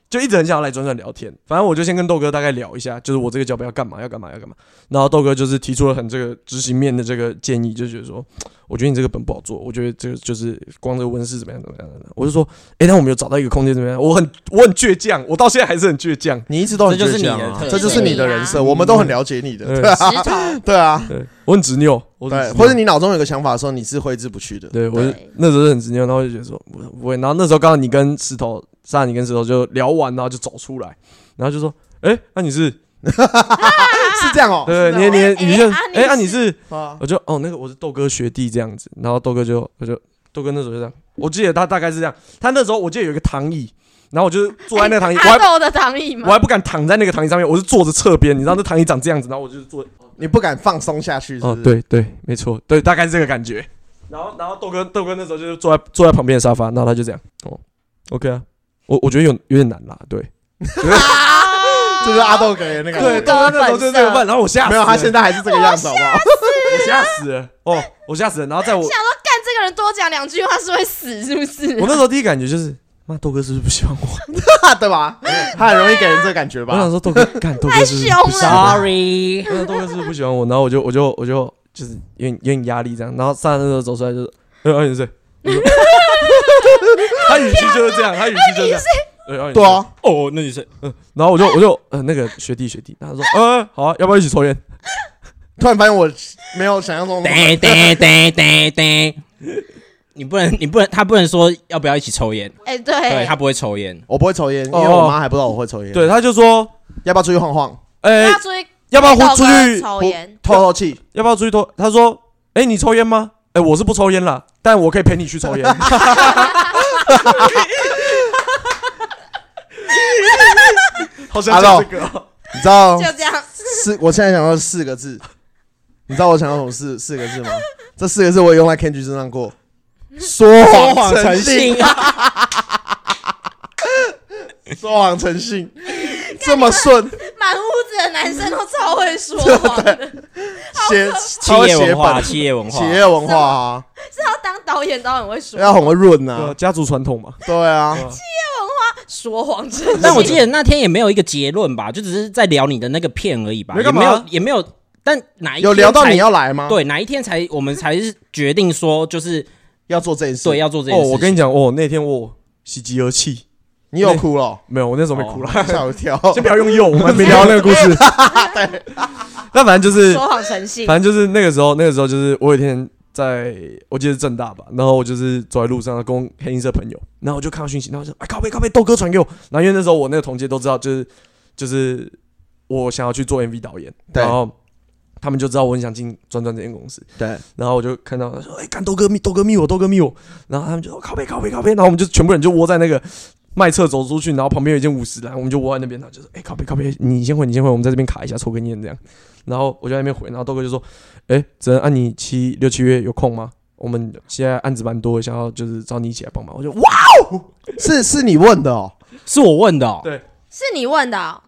Speaker 1: 就一直很想要来转转聊天。反正我就先跟豆哥大概聊一下，就是我这个脚本要干嘛，要干嘛，要干嘛。然后豆哥就是提出了很这个执行面的这个建议，就觉得说，哦我觉得你这个本不好做，我觉得这个就是光这个温室怎么样怎么样怎么样。我就说，哎，那我们有找到一个空间怎么样？我很我很倔强，我到现在还是很倔强。
Speaker 2: 你一直都很
Speaker 4: 这就是
Speaker 2: 倔强啊
Speaker 4: 你的特质
Speaker 2: 这就是你的人设，我们都很了解你的，
Speaker 1: 嗯
Speaker 2: 对
Speaker 3: 石
Speaker 2: 啊，
Speaker 3: 头。
Speaker 2: 对啊，
Speaker 1: 对，我很执拗，我很执
Speaker 2: 对，
Speaker 1: 拗
Speaker 2: 或者你脑中有个想法的时候，你是挥之不去的，
Speaker 1: 对，我就
Speaker 3: 对
Speaker 1: 那时候很执拗，然后我就觉得说不不会。然后那时候刚好你跟石头，莎，你跟石头就聊完，然后就走出来，然后就说：“哎、那、你是？
Speaker 2: 是这样哦，
Speaker 1: 对，
Speaker 2: 是
Speaker 1: 你
Speaker 2: 这样
Speaker 1: 你
Speaker 3: 哎
Speaker 1: 你就
Speaker 3: 啊你
Speaker 1: 哎，那、你是
Speaker 2: 哦啊？”
Speaker 1: 我就哦，那个我是豆哥学弟这样子。然后豆哥就我就豆哥那时候就这样，我记得他大概是这样。他那时候我记得有一个躺椅，然后我就是坐在那个 躺椅，我
Speaker 3: 阿
Speaker 1: 还
Speaker 3: 啊哎豆的躺椅
Speaker 1: 我
Speaker 3: 吗？
Speaker 1: 还不敢躺在那个躺椅上面，我是坐着侧边，你知道那躺椅长这样子，然后我就是坐
Speaker 2: 你不敢放松下去，是不
Speaker 1: 哦
Speaker 2: 是，？
Speaker 1: 对对，没错，对，大概是这个感觉。然后，然后豆哥豆哥那时候就是坐在坐在旁边的沙发，然后他就这样，哦，OK 啊，我我觉得有有点难啦，对，
Speaker 3: 啊
Speaker 2: 就是阿豆给的那个，
Speaker 1: 对，豆哥那时候就是这个问，然后我吓死
Speaker 2: 没
Speaker 1: 了，
Speaker 2: 有，他现在还是这个样子，好不好？
Speaker 1: 我吓死了，哦，我吓死了，然后在我我
Speaker 3: 干这个人多讲两句话是会死是不是？
Speaker 1: 那时候第一感觉就是，妈，豆哥是不是不喜欢我？
Speaker 2: 对吧？他很容易给人这个感觉
Speaker 1: 我想
Speaker 2: 吧？
Speaker 1: 说豆哥干，豆哥是不是
Speaker 3: 太凶
Speaker 1: 不喜欢我？
Speaker 4: Sorry，
Speaker 1: 我想豆哥是不是不喜欢我？然后我就我就我就就是有点有点压力这样，然后上完厕所走出来就是， 呃，二十岁，我说他语气就是这样，他语气就是这样，对，二十岁
Speaker 2: 对，啊，
Speaker 4: 哦，那你是
Speaker 1: 然后我就我就呃那个学弟学弟，他说，呃，好啊，要不要一起抽烟？
Speaker 2: 突然发现我没有想象中的
Speaker 4: 噔噔噔噔噔，你不能，你不能，他不能说要不要一起抽烟，
Speaker 3: 哎，
Speaker 4: 对
Speaker 3: 对
Speaker 4: 他，不会抽烟。
Speaker 2: 我不会抽烟，因为
Speaker 1: 哦
Speaker 2: 我妈还不知道我会抽烟。
Speaker 1: 对，，他就说，
Speaker 2: 要不要出去晃晃，
Speaker 1: 哎
Speaker 3: 他，出去
Speaker 1: 要不要
Speaker 3: 豆
Speaker 1: 出
Speaker 3: 哥
Speaker 1: 去？
Speaker 3: 抽烟？
Speaker 2: 透透气？
Speaker 1: 要不要出去偷？他说，哎，你抽烟吗？哎，我是不抽烟啦，但我可以陪你去抽烟。好想讲这个哦，
Speaker 2: 你知道
Speaker 3: 就这样，
Speaker 2: 四，我现在想到四个字，你知道我想到什么四四个字吗？这四个字我也用在 Kenji 身上过，说
Speaker 4: 说
Speaker 2: 谎
Speaker 4: 谎成
Speaker 2: 性，
Speaker 4: 性啊！
Speaker 2: 说谎成性，这么顺，
Speaker 3: 满屋子的男生都超会说谎的，
Speaker 2: 写
Speaker 4: 企
Speaker 2: 超会
Speaker 4: 业
Speaker 2: 写
Speaker 4: 文化，
Speaker 2: 本，
Speaker 4: 企业文化
Speaker 2: 企，业文化啊，
Speaker 3: 是要当导演都很会说
Speaker 2: 要很会润
Speaker 1: 对啊
Speaker 2: 啊，
Speaker 1: 家族传统嘛。
Speaker 2: 对啊，
Speaker 3: 说谎真是。
Speaker 4: 但我记得那天也没有一个结论吧，就只是在聊你的那个片而已吧，
Speaker 1: 没
Speaker 4: 也
Speaker 1: 干嘛啊
Speaker 4: 没有，也没有。但哪一天
Speaker 2: 有聊到
Speaker 4: 才
Speaker 2: 你要来吗？，
Speaker 4: 对哪一天才我们才是决定说就是
Speaker 2: 要做这件事，
Speaker 4: 对要做这件
Speaker 1: 哦，
Speaker 4: 事情。
Speaker 1: 我跟你讲，哦，那天我喜极而泣，
Speaker 2: 你有哭
Speaker 4: 哦
Speaker 2: 了，
Speaker 1: 没有，我那时候没哭 啦。
Speaker 2: 吓我一跳，
Speaker 1: 先不要用诱，我们没聊那个故事。 那反正就是，
Speaker 3: 说谎成性，
Speaker 1: 反正就是那个时候，那个时候就是我有一天在，我记得是正大吧，然后我就是走在路上，跟我黑音社朋友，然后我就看到讯息，然后我就哎靠背靠背，豆哥传给我。然后因为那时候我那个同届都知道，就是就是我想要去做 MV 导演，
Speaker 2: 对
Speaker 1: 然后他们就知道我很想进转转这间公司，
Speaker 2: 对，
Speaker 1: 然后我就看到他说：“哎、干豆哥密，豆哥密我，豆哥密我。”然后他们就说：“靠背，靠背，靠背。”然后我们就全部人就窝在那个卖侧走出去，然后旁边有一间五十栏，我们就窝在那边，然后就说：“哎、靠背，靠背，你先回，你先回，我们在这边卡一下，抽根烟这样。”然后我就在那边回，然后豆哥就说：“哎、只能按你七六七月有空吗？我们现在案子蛮多的，想要就是找你一起来帮忙。”我就哇，
Speaker 2: 是是你问的哦，
Speaker 4: 是我问的、哦，
Speaker 1: 对
Speaker 3: 是你问的哦。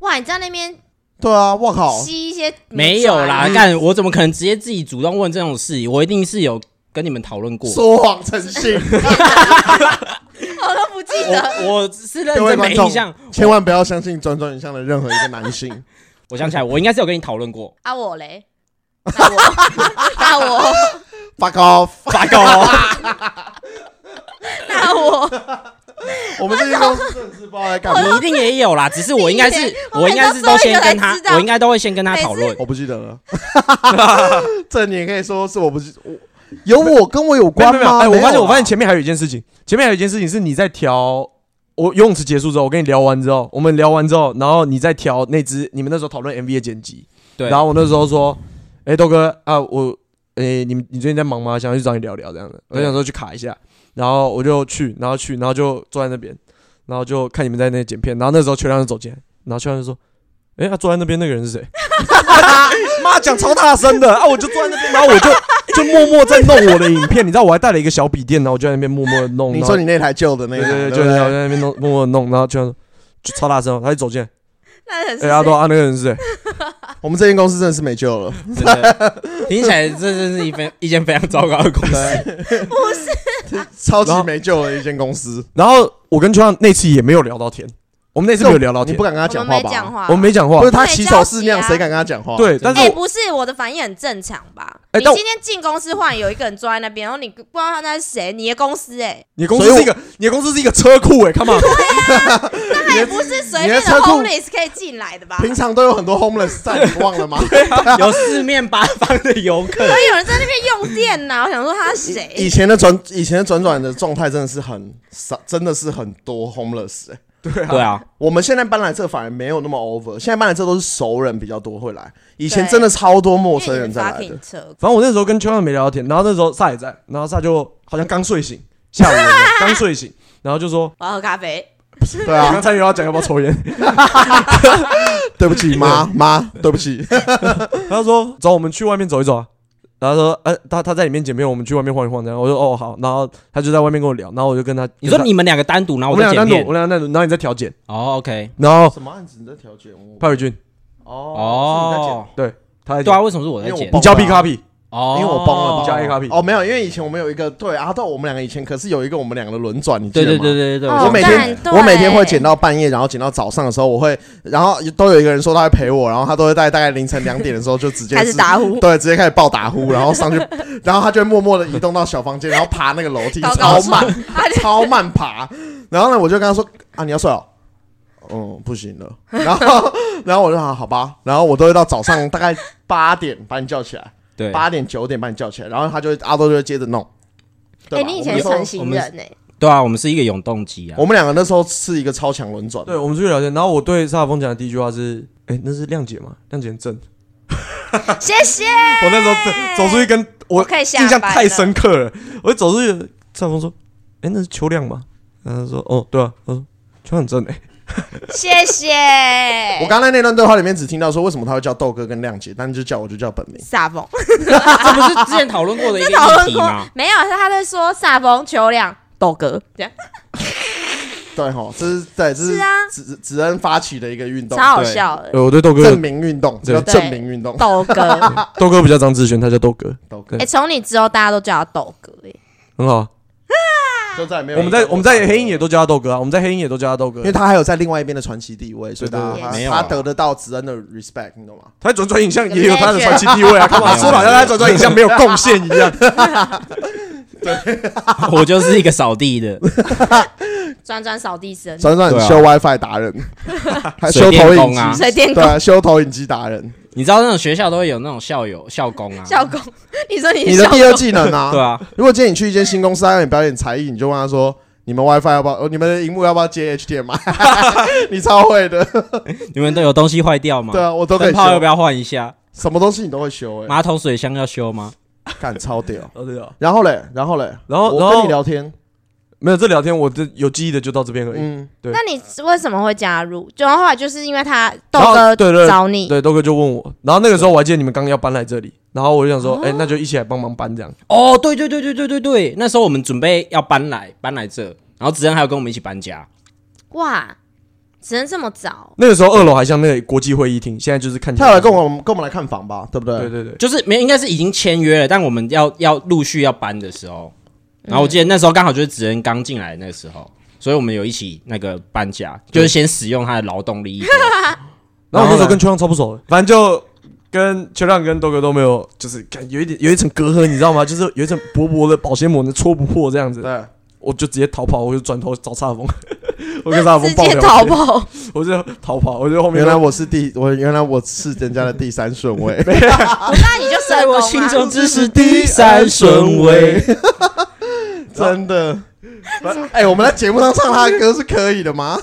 Speaker 3: 哇，你在那边
Speaker 2: 对啊，我靠，
Speaker 3: 吸一些啊泥砖
Speaker 4: 没有 啦，干我怎么可能直接自己主动问这种事情？我一定是有跟你们讨论过。
Speaker 2: 说谎成性，
Speaker 3: 我都不记
Speaker 1: 啊
Speaker 3: 得。
Speaker 4: 我我是认
Speaker 2: 各位
Speaker 4: 真
Speaker 2: 观
Speaker 4: 没
Speaker 2: 众
Speaker 4: 印象，
Speaker 2: 千万不要相信转转影像的任何一个男性。
Speaker 4: 我想起来，我应该是有跟你讨论 过。
Speaker 3: 啊我嘞，那我 那我
Speaker 2: Fuck off！
Speaker 4: 发狗、
Speaker 3: 那我，
Speaker 2: 我们这些公司真的是不知道在干
Speaker 4: 你
Speaker 2: 嘛
Speaker 4: 一，定也有啦，只是我应该是
Speaker 3: 我
Speaker 4: 我应该是都先跟他
Speaker 3: 每次都说一个才知，道
Speaker 4: 我应该都会先跟他讨论。
Speaker 2: 我不记得了。这你也可以说是我不记，我有我跟我有
Speaker 1: 没有
Speaker 2: 关
Speaker 1: 没有没有，
Speaker 2: 吗？
Speaker 1: 哎、我发
Speaker 2: 没有啊
Speaker 1: 现
Speaker 2: 啦
Speaker 1: 我发现前面还有一件事情，前面还有一件事情是你在调。我游泳池结束之后，我跟你聊完之后，我们聊完之后，然后你再调那支你们那时候讨论 MV 的剪辑，
Speaker 4: 对，
Speaker 1: 然后我那时候说，哎、豆哥啊，我，哎、你们你最近在忙吗？想要去找你聊聊这样的。我
Speaker 4: 对
Speaker 1: 想说去卡一下，然后我就去，然后去，然后就坐在那边，然后就看你们在那剪片。然后那时候邱亮就走进来，然后邱亮就说，哎、他、坐在那边那个人是谁？ 妈讲超大声的啊！我就坐在那边，然后我就就默默在弄我的影片，你知道我还带了一个小笔电，然后我就在那边默默的 弄。
Speaker 2: 你
Speaker 1: 然后
Speaker 2: 说你那台旧的那
Speaker 1: 对
Speaker 2: 个，
Speaker 1: 对对，
Speaker 2: 对
Speaker 1: 就
Speaker 2: 不
Speaker 1: 是
Speaker 2: 对
Speaker 1: 我在那边弄默默地弄，然后邱亮说就超大声哦，他就走进来，
Speaker 3: 那很
Speaker 1: 哎、 阿多
Speaker 3: 多
Speaker 1: 啊，那个人是谁？
Speaker 2: 我们这间公司真的是没救了。
Speaker 4: 真的听起来这真是一份一间非常糟糕的公司。
Speaker 2: 对，不是，超级没救了一间公司。
Speaker 1: 然后我跟邱亮那次也没有聊到天，我们那次没有聊到
Speaker 2: 你
Speaker 1: 天
Speaker 2: 不，敢跟他
Speaker 3: 我啊
Speaker 2: 讲
Speaker 3: 们
Speaker 2: 话
Speaker 3: 没
Speaker 2: 吧？
Speaker 3: 讲话，
Speaker 1: 我们没讲话
Speaker 2: 不。是他起手是那样，谁敢跟他讲话？
Speaker 1: 对但是
Speaker 3: 哎、
Speaker 1: 我
Speaker 3: 不是我的反应很正常吧？
Speaker 1: 哎
Speaker 3: 你
Speaker 1: 但我
Speaker 3: 今天进公司换有一个人坐在那边，然后你不知道他那是谁，你的公司哎、
Speaker 1: 你的公司是一个，你的公司是一个车库哎、看嘛，
Speaker 3: 那还不是随
Speaker 2: 你
Speaker 3: 便
Speaker 2: 的
Speaker 3: 的
Speaker 2: 车库
Speaker 3: homeless 可以进来的吧？
Speaker 2: 平常都有很多 homeless 在，你忘了吗？
Speaker 4: 有四面八方的游客，
Speaker 3: 所以有人在那边用电呐，我想说他是
Speaker 2: 以
Speaker 3: 谁？
Speaker 2: 前的转，以前的转转的状态真的是很少，真的是很多 homeless 哎。
Speaker 4: 对啊，
Speaker 2: 我们现在搬来这反而没有那么 over，现在搬来这都是熟人比较多会来，以前
Speaker 3: 对
Speaker 2: 真的超多陌
Speaker 3: 因
Speaker 2: 生
Speaker 3: 为你
Speaker 2: 人
Speaker 3: 们
Speaker 2: 在
Speaker 3: 发
Speaker 2: 来的
Speaker 3: king。车，
Speaker 1: 反正我那时候跟邱亮没聊到天，然后那时候萨也在，然后萨就好像刚睡醒，下午而已刚睡醒，然后就说
Speaker 3: 我要喝咖啡。
Speaker 1: 我
Speaker 2: 对啊
Speaker 1: 刚，才有要讲要不要抽烟，
Speaker 2: 对不 起妈妈，对不起，
Speaker 1: 他说走，我们去外面走一走啊。然后他说，呃，他他在里面剪片，我们去外面晃一晃这样。我说哦好，然后他就在外面跟我聊，然后我就跟他
Speaker 4: 你说
Speaker 1: 跟他
Speaker 4: 你们两个单独，然
Speaker 1: 我
Speaker 4: 后
Speaker 1: 们
Speaker 4: 在
Speaker 1: 俩
Speaker 4: 剪
Speaker 1: 单独，
Speaker 4: 片
Speaker 1: 我。们俩单独，然后你在调剪，
Speaker 4: 哦，OK，
Speaker 1: 然后
Speaker 2: 什么案子你在调解？
Speaker 1: 派伟君
Speaker 2: 哦
Speaker 4: 哦，
Speaker 1: 他在
Speaker 4: 对啊，
Speaker 1: 剪，
Speaker 4: 啊为什么是我在
Speaker 2: 因为
Speaker 4: 剪
Speaker 2: 我
Speaker 1: 你？交 P 卡 P，
Speaker 4: 哦，
Speaker 2: 因为我崩了吧？
Speaker 1: 加 A 卡比
Speaker 2: 哦，没有，因为以前我们有一个对阿豆，我们两个以前可是有一个我们两个的轮转，你记
Speaker 4: 对
Speaker 2: 得吗？
Speaker 4: 对对对对，
Speaker 3: 哦
Speaker 2: 我每天
Speaker 3: 干对
Speaker 2: 我每天会剪到半夜，然后剪到早上的时候，我会，然后都有一个人说他会陪我，然后他都会在大概凌晨两点的时候就直接
Speaker 3: 开始打 呼，
Speaker 2: 对，直接开始暴打呼，然后上去， 然后他就会默默的移动到小房间，然后爬那个楼梯，
Speaker 3: 高
Speaker 2: 超
Speaker 3: 高
Speaker 2: 慢，
Speaker 3: 他就
Speaker 2: 超慢爬。然后呢，我就跟他说啊，你要睡哦。嗯，不行了。然后， 然后我就说、啊、好吧。然后我都会到早上大概八点把你叫起来，
Speaker 4: 对，
Speaker 2: 八点九点把你叫起来，然后他就会阿多就会接着弄。对
Speaker 3: 哎，
Speaker 2: 吧
Speaker 3: 你以
Speaker 2: 我
Speaker 3: 前
Speaker 2: 们
Speaker 3: 是
Speaker 2: 那时候
Speaker 3: 成型人 哎，
Speaker 4: 对啊，我们是一个永动机啊。
Speaker 2: 我们两个那时候是一个超强轮转，
Speaker 1: 对，我们出去聊天，然后我对沙尔峰讲的第一句话是：“哎、那是亮姐吗？亮姐很正。
Speaker 3: 谢谢。”
Speaker 1: 我那时候走走出去跟我
Speaker 3: 我可以下
Speaker 1: 印象
Speaker 3: 班
Speaker 1: 太
Speaker 3: 了
Speaker 1: 深刻了，我就走出去，沙尔峰说：“哎、那是秋亮吗？”然后他说：“哦，对啊。”他说：“秋亮很正哎、
Speaker 3: 谢谢。
Speaker 2: 我刚才那段对话里面只听到说为什么他会叫豆哥跟亮姐，但就叫我就叫本名。
Speaker 3: 撒疯，
Speaker 4: 这不是之前讨论过的一个
Speaker 3: 讨
Speaker 4: 议
Speaker 3: 论
Speaker 4: 题吗
Speaker 3: 过？没有？是他在说撒疯求亮豆哥这样，
Speaker 2: 对哈，这是对，这
Speaker 3: 是啊
Speaker 2: 子子恩发起的一个运动
Speaker 3: 超，好笑的
Speaker 1: 呃我对豆哥
Speaker 2: 证明运动，这
Speaker 1: 对
Speaker 2: 叫证明运动。
Speaker 3: 豆哥。
Speaker 1: 豆哥比较张志轩，他叫豆哥，
Speaker 2: 豆哥
Speaker 1: 对
Speaker 3: 哎，从你之后大家都叫他豆哥哎，
Speaker 1: 很好啊。
Speaker 2: 就再也没有
Speaker 1: 我们在
Speaker 2: 人叫
Speaker 1: 我们在黑鹰也，都叫他豆哥啊，我们在黑鹰也都叫他豆哥
Speaker 2: 因为，他还有在另外一边的传奇地位，所以
Speaker 1: 对对
Speaker 2: 大
Speaker 1: 对
Speaker 2: 家
Speaker 4: 没有
Speaker 2: 他
Speaker 4: 啊
Speaker 2: 他得得到子恩的 respect，你懂吗？
Speaker 1: 他转转影像也有他的传奇地位啊，干嘛
Speaker 4: 没有
Speaker 1: 说好像他转转影像没有贡献一 样？
Speaker 4: 我就是一个扫地的，
Speaker 3: 转转扫地
Speaker 1: 嗯
Speaker 3: 僧，
Speaker 2: 转转
Speaker 4: 对啊
Speaker 2: 修 WiFi 达人，还修
Speaker 4: 水电
Speaker 2: 投影
Speaker 4: 工啊
Speaker 2: 机，
Speaker 3: 水电
Speaker 2: 对
Speaker 3: 工、
Speaker 2: 啊，修投影机达人。
Speaker 4: 你知道那种学校都会有那种校友 校工啊，
Speaker 3: 校工。你说 你
Speaker 2: 你
Speaker 3: 是
Speaker 2: 的
Speaker 3: 校
Speaker 2: 第二
Speaker 3: 工，
Speaker 2: 技能啊，
Speaker 4: 对啊，
Speaker 2: 如果今天你去一间新公司，他要你表演才艺，你就问他说：“你们 WiFi 要不要？哦你们的荧幕要不要接 HDMI？” 你超会的，
Speaker 4: 你们都有东西坏掉吗？
Speaker 2: 对啊，我都可
Speaker 4: 灯
Speaker 2: 以
Speaker 4: 泡要
Speaker 2: 修
Speaker 4: 不，要换一下？
Speaker 2: 什么东西你都会修，哎，
Speaker 4: 马桶水箱要修吗？
Speaker 2: 干超屌。
Speaker 1: 哦对啊，
Speaker 2: 然后嘞，然后嘞，
Speaker 1: 然后然
Speaker 2: 我
Speaker 1: 后
Speaker 2: 跟你聊天，
Speaker 1: 没有这聊天，我这有记忆的就到这边而已。
Speaker 2: 嗯，
Speaker 3: 那你为什么会加入？就后来就是因为他豆
Speaker 1: 然后
Speaker 3: 哥
Speaker 1: 对对
Speaker 3: 找你，
Speaker 1: 对，豆哥就问我，然后那个时候我还记得你们刚要搬来这里，然后我就想
Speaker 2: 啊
Speaker 1: 说，哎，那就一起来帮忙搬这样。
Speaker 4: 哦，对对对对对对对，那时候我们准备要搬来搬来这，然后子恩还有跟我们一起搬家，
Speaker 3: 哇，只能这么早。
Speaker 1: 那个时候二楼还像那个国际会议厅，现在就是看起来
Speaker 2: 他有来跟我们跟我们来看房吧，对不
Speaker 1: 对
Speaker 2: 对？
Speaker 1: 对对，
Speaker 4: 就是没有应该是已经签约了，但我们要要陆续要搬的时候，然后我记得那时候刚好就是子恩刚进来那时候，所以我们有一起那个搬家，就是先使用他的劳动力。
Speaker 1: 然后我那时候跟秋亮超不熟的，反正就跟秋亮跟豆哥都没有，就是感有一点有一层隔阂，你知道吗？就是有一层薄薄的保鲜膜，你戳不破这样子，
Speaker 2: 对，
Speaker 1: 我就直接逃跑，我就转头找沙峰，我跟 沙峰
Speaker 3: 直
Speaker 1: 爆
Speaker 3: 接
Speaker 1: 聊
Speaker 3: 逃
Speaker 1: 天，
Speaker 3: 跑，
Speaker 1: 我就逃跑，我就后面
Speaker 2: 原来我是第我原来我是人家的第三顺 位，
Speaker 3: 那你就社工啊
Speaker 4: 只是
Speaker 2: 第三顺位， 真的。哎，我们在节目上唱他的歌是可以的吗？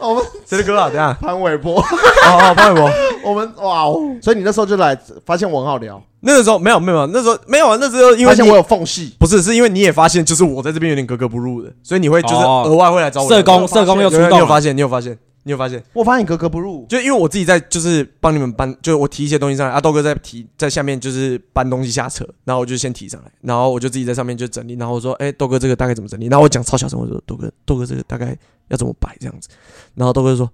Speaker 2: 我们
Speaker 1: 谁的歌啊？等一下，
Speaker 2: 潘玮柏，
Speaker 1: 哦哦，潘玮柏。
Speaker 2: 我们哇哦！所以你那时候就来发现我很好聊，
Speaker 1: 那个时候没有没有，那时候没有啊，那时候因为
Speaker 2: 发现
Speaker 1: 你
Speaker 2: 我有缝隙，
Speaker 1: 不是是因为你也发现，就是我在这边有点格格不入的，所以你会就是
Speaker 4: 哦
Speaker 1: 额外会来找我
Speaker 4: 社
Speaker 1: 有
Speaker 4: 工社工又啊出
Speaker 1: 有你
Speaker 4: 动
Speaker 1: 有发
Speaker 4: 了，
Speaker 1: 现，你有发现，你有发现，
Speaker 2: 我发现你格格不入。
Speaker 1: 就因为我自己在就是帮你们搬，就是我提一些东西上来，阿、豆哥在提在下面就是搬东西下车，然后我就先提上来，然后我就自己在上面就整理，然后我说，哎、豆哥这个大概怎么整理？然后我讲超小声，我说豆哥豆哥这个大概要怎么摆这样子，然后豆哥就说，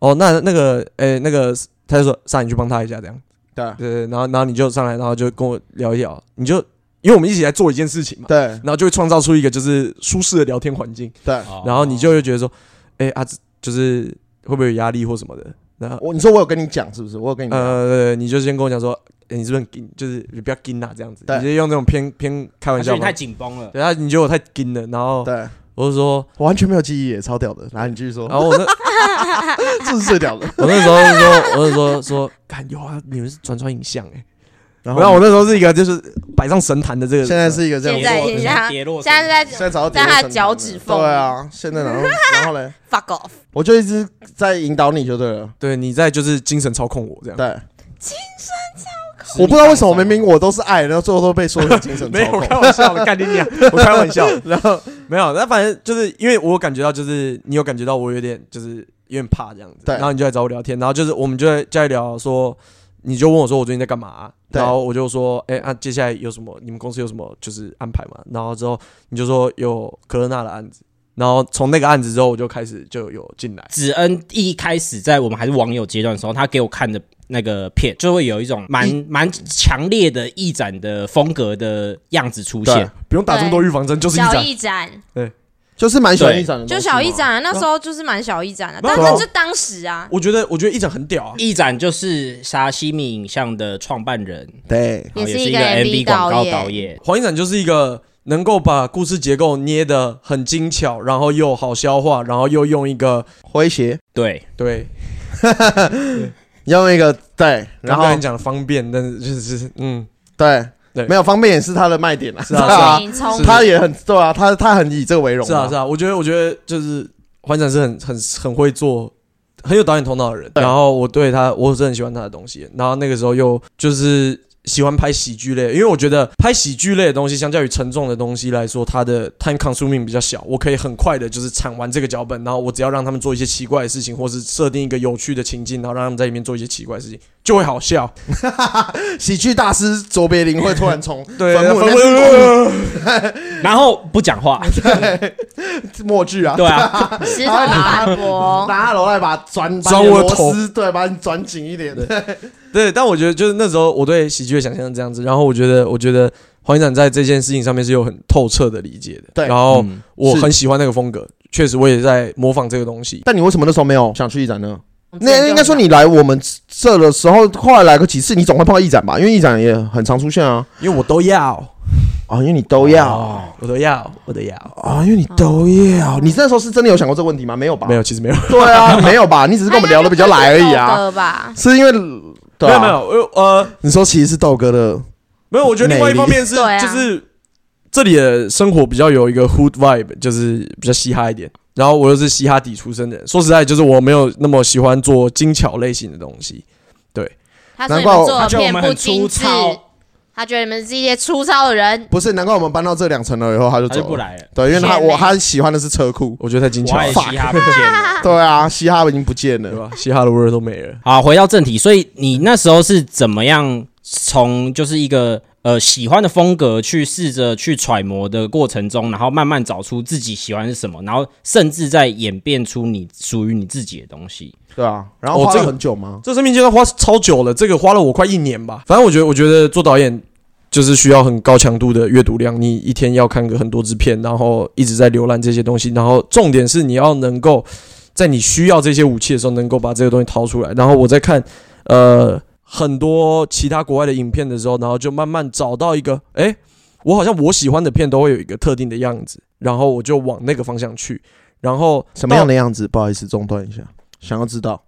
Speaker 1: 哦那那个哎、那个他就说，上你去帮他一下这样。
Speaker 2: 对
Speaker 1: 对对，然后然后你就上来，然后就跟我聊一聊，你就因为我们一起来做一件事情嘛，
Speaker 2: 对
Speaker 1: 然后就会创造出一个就是舒适的聊天环境，
Speaker 2: 对，
Speaker 4: 哦
Speaker 1: 然后你就会觉得说，哎啊，这就是会不会有压力或什么的，然后
Speaker 2: 我你说我有跟你讲是不是？我有跟你讲
Speaker 1: 呃，你就先跟我讲说，诶你是不是很紧，就是你不要紧啊这样子，
Speaker 2: 对
Speaker 1: 你就用那种偏偏开玩
Speaker 4: 而且
Speaker 1: 笑
Speaker 4: 你
Speaker 1: 嘛
Speaker 4: 太，紧绷了，
Speaker 1: 对啊，你觉得我太紧了，然后
Speaker 2: 对，
Speaker 1: 我就说，
Speaker 2: 我完全没有记忆耶，超屌的。来，你继续说，
Speaker 1: 然 后我那
Speaker 2: 这是最屌 的。
Speaker 1: 我那时候就说，我就说说，看有啊，你们是转转影像哎，
Speaker 2: 然
Speaker 1: 然后我那时候是一个就是摆上神坛的这个，
Speaker 2: 现在是一个这样
Speaker 3: 现在
Speaker 2: 子，
Speaker 3: 现在
Speaker 4: 跌落
Speaker 3: 现在是
Speaker 2: 现在
Speaker 3: 在
Speaker 2: 找到
Speaker 3: 在他的
Speaker 2: 叠
Speaker 3: 脚
Speaker 2: 成
Speaker 3: 趾
Speaker 2: 了
Speaker 3: 缝
Speaker 2: 对啊，现在然后然后嘞，
Speaker 3: fuck off，
Speaker 2: 我就一直在引导你就对了。
Speaker 1: 对你在就是精神操控我这样。
Speaker 2: 对，我不知道为什么明明我都是爱，然后最后都被说成精神
Speaker 1: 没
Speaker 2: 操
Speaker 1: 有，我啊
Speaker 2: 控。
Speaker 1: 开玩笑的，干你娘！ 我开玩笑。然后没有，那反正就是因为我感觉到，就是你有感觉到我有点就是有点怕这样子，
Speaker 2: 对
Speaker 1: 然后你就来找我聊天，然后就是我们就在在聊说，你就问我说我最近在干嘛、啊
Speaker 2: 对
Speaker 1: 然后我就说，哎、啊，接下来有什么？你们公司有什么就是安排嘛？然后之后你就说有科纳的案子，然后从那个案子之后我就开始就有进来，
Speaker 4: 子恩一开始在我们还是网友阶段的时候，他给我看的那个片，就会有一种蛮蛮强烈的义展的风格的样子出
Speaker 1: 对
Speaker 4: 现。，
Speaker 1: 不用打这么多预防针，就是一
Speaker 3: 小
Speaker 1: 张。
Speaker 3: 一展，
Speaker 2: 就是蛮喜欢一展的东西
Speaker 3: 就
Speaker 2: 嘛，
Speaker 3: 小一展啊，那时候就是蛮小一展的，
Speaker 1: 没有
Speaker 3: 但
Speaker 1: 没有
Speaker 3: 那就当时啊，
Speaker 1: 我觉得，我觉得一展很屌啊！
Speaker 4: 义展就是沙西米影像的创办人，
Speaker 2: 对，
Speaker 4: 然后啊也
Speaker 3: 也是一
Speaker 4: 一
Speaker 3: 个
Speaker 4: 个
Speaker 3: MV
Speaker 4: 广告
Speaker 3: 导
Speaker 4: 导
Speaker 3: 演
Speaker 4: 演。
Speaker 1: 黄一展就是一个能够把故事结构捏得很精巧，然后又好消化，然后又用一个
Speaker 2: 诙谐，
Speaker 4: 对，
Speaker 1: 对，
Speaker 2: 用一个对，然
Speaker 1: 然
Speaker 2: 后
Speaker 1: 后你讲的方便，但是就是嗯，
Speaker 2: 对
Speaker 1: 对
Speaker 2: 没有方便也是他的卖点啊，
Speaker 1: 是啊
Speaker 2: 对
Speaker 1: 是啊
Speaker 3: 聪明聪
Speaker 1: 是
Speaker 3: 明，
Speaker 2: 他也很对啊，他他很以这个为荣，
Speaker 1: 是啊是，啊，我觉得我觉得就是黄一展是很很很会做。很有导演头脑的人，
Speaker 2: 对
Speaker 1: 然后我对他，我是很喜欢他的东西。然后那个时候又就是喜欢拍喜剧类，因为我觉得拍喜剧类的东西，相较于沉重的东西来说，它的 time consuming 比较小，我可以很快的就是产完这个脚本，然后我只要让他们做一些奇怪的事情，或是设定一个有趣的情境，然后让他们在里面做一些奇怪的事情，就会好笑。
Speaker 2: 喜剧大师卓别林会突然从
Speaker 1: 对，
Speaker 2: 坟墓
Speaker 1: 坟
Speaker 2: 里面
Speaker 4: 然后不讲话，
Speaker 2: 默剧 啊，
Speaker 4: 对啊，
Speaker 3: 石头马博，
Speaker 2: 拿楼来把转
Speaker 1: 钻我的头
Speaker 2: 螺丝，对，把你转紧一点，
Speaker 1: 对，但我觉得就是那时候我对喜剧的想象是这样子，然后我觉得，我觉得黄一展在这件事情上面是有很透彻的理解的，
Speaker 2: 对
Speaker 1: 然
Speaker 3: 哦
Speaker 1: 后
Speaker 4: 嗯
Speaker 1: 我
Speaker 2: 是
Speaker 1: 很喜欢那个风格，确实我也在模仿这个东西。
Speaker 2: 但你为什么那时候没有想去一展呢？
Speaker 3: 我
Speaker 2: 那
Speaker 3: 们
Speaker 2: 应该说你来我们这的时候，后来来个几次，你总会碰到一展吧？因为一展也很常出现啊，
Speaker 1: 因为我都
Speaker 3: 哦
Speaker 1: 要，
Speaker 2: 啊，因为你都要
Speaker 1: 哦，我都要，我都要，
Speaker 2: 啊，因为你都要，你那时候是真的有想过这个问题吗？没有吧？
Speaker 1: 没有，，其实没有，
Speaker 2: 对啊， 没有吧？你只是
Speaker 3: 只
Speaker 2: 跟我们聊的比较来
Speaker 3: 哎
Speaker 2: 而已啊，，
Speaker 3: 吧，
Speaker 2: 是因为对
Speaker 1: 没有没
Speaker 2: 啊，
Speaker 1: 有，呃呃，
Speaker 2: 你说其实是豆哥的，
Speaker 1: 没有，我觉得另外一方面是
Speaker 3: 美丽对啊
Speaker 1: 就是这里的生活比较有一个 hood vibe，就是比较嘻哈一点。然后我又是嘻哈底出身的人，说实在，就是我没有那么喜欢做精巧类型的东西。
Speaker 3: 他说
Speaker 2: 难
Speaker 3: 你
Speaker 2: 怪
Speaker 3: 们
Speaker 2: 我
Speaker 3: 做
Speaker 4: 他
Speaker 3: 的
Speaker 4: 觉得
Speaker 3: 片
Speaker 4: 我们
Speaker 3: 不
Speaker 4: 很
Speaker 3: 精
Speaker 4: 粗
Speaker 3: 致，
Speaker 4: 糙，
Speaker 3: 他觉得你们是一些粗糙的 人，
Speaker 2: 不是？难怪我们搬到这两层楼以后他就
Speaker 4: 他就
Speaker 2: 走
Speaker 4: 不
Speaker 2: 了，
Speaker 4: 来了。
Speaker 2: 对，因为他
Speaker 3: 选美
Speaker 2: 我他喜欢的是车库，
Speaker 1: 我觉得太精
Speaker 4: 我
Speaker 1: 巧
Speaker 4: 爱
Speaker 1: 了，
Speaker 4: 嘻哈不见了。
Speaker 2: 对啊，嘻哈已经不见
Speaker 1: 对
Speaker 2: 了，
Speaker 1: 吧？嘻哈的味儿都没了。
Speaker 4: 好，回到正题，所以你那时候是怎么样从就是一个呃喜欢的风格去试着去揣摩的过程中，然后慢慢找出自己喜欢是什么，然后甚至在演变出你属于你自己的东西。
Speaker 2: 对啊，然后
Speaker 1: 哦
Speaker 2: 花
Speaker 1: 这
Speaker 2: 了
Speaker 1: 个
Speaker 2: 很久吗？
Speaker 1: 这生命阶段花超久了，这个花了我快一年吧。反正我觉得，我觉得做导演就是需要很高强度的阅读量，你一天要看个很多支片，然后一直在浏览这些东西，然后重点是你要能够在你需要这些武器的时候，能够把这个东西掏出来。然后我在看呃很多其他国外的影片的时候，然后就慢慢找到一个，诶，我好像我喜欢的片都会有一个特定的样子，然后我就往那个方向去。然后
Speaker 2: 什么样
Speaker 1: 的？
Speaker 2: 的样子？不好意思，中断一下，想要知道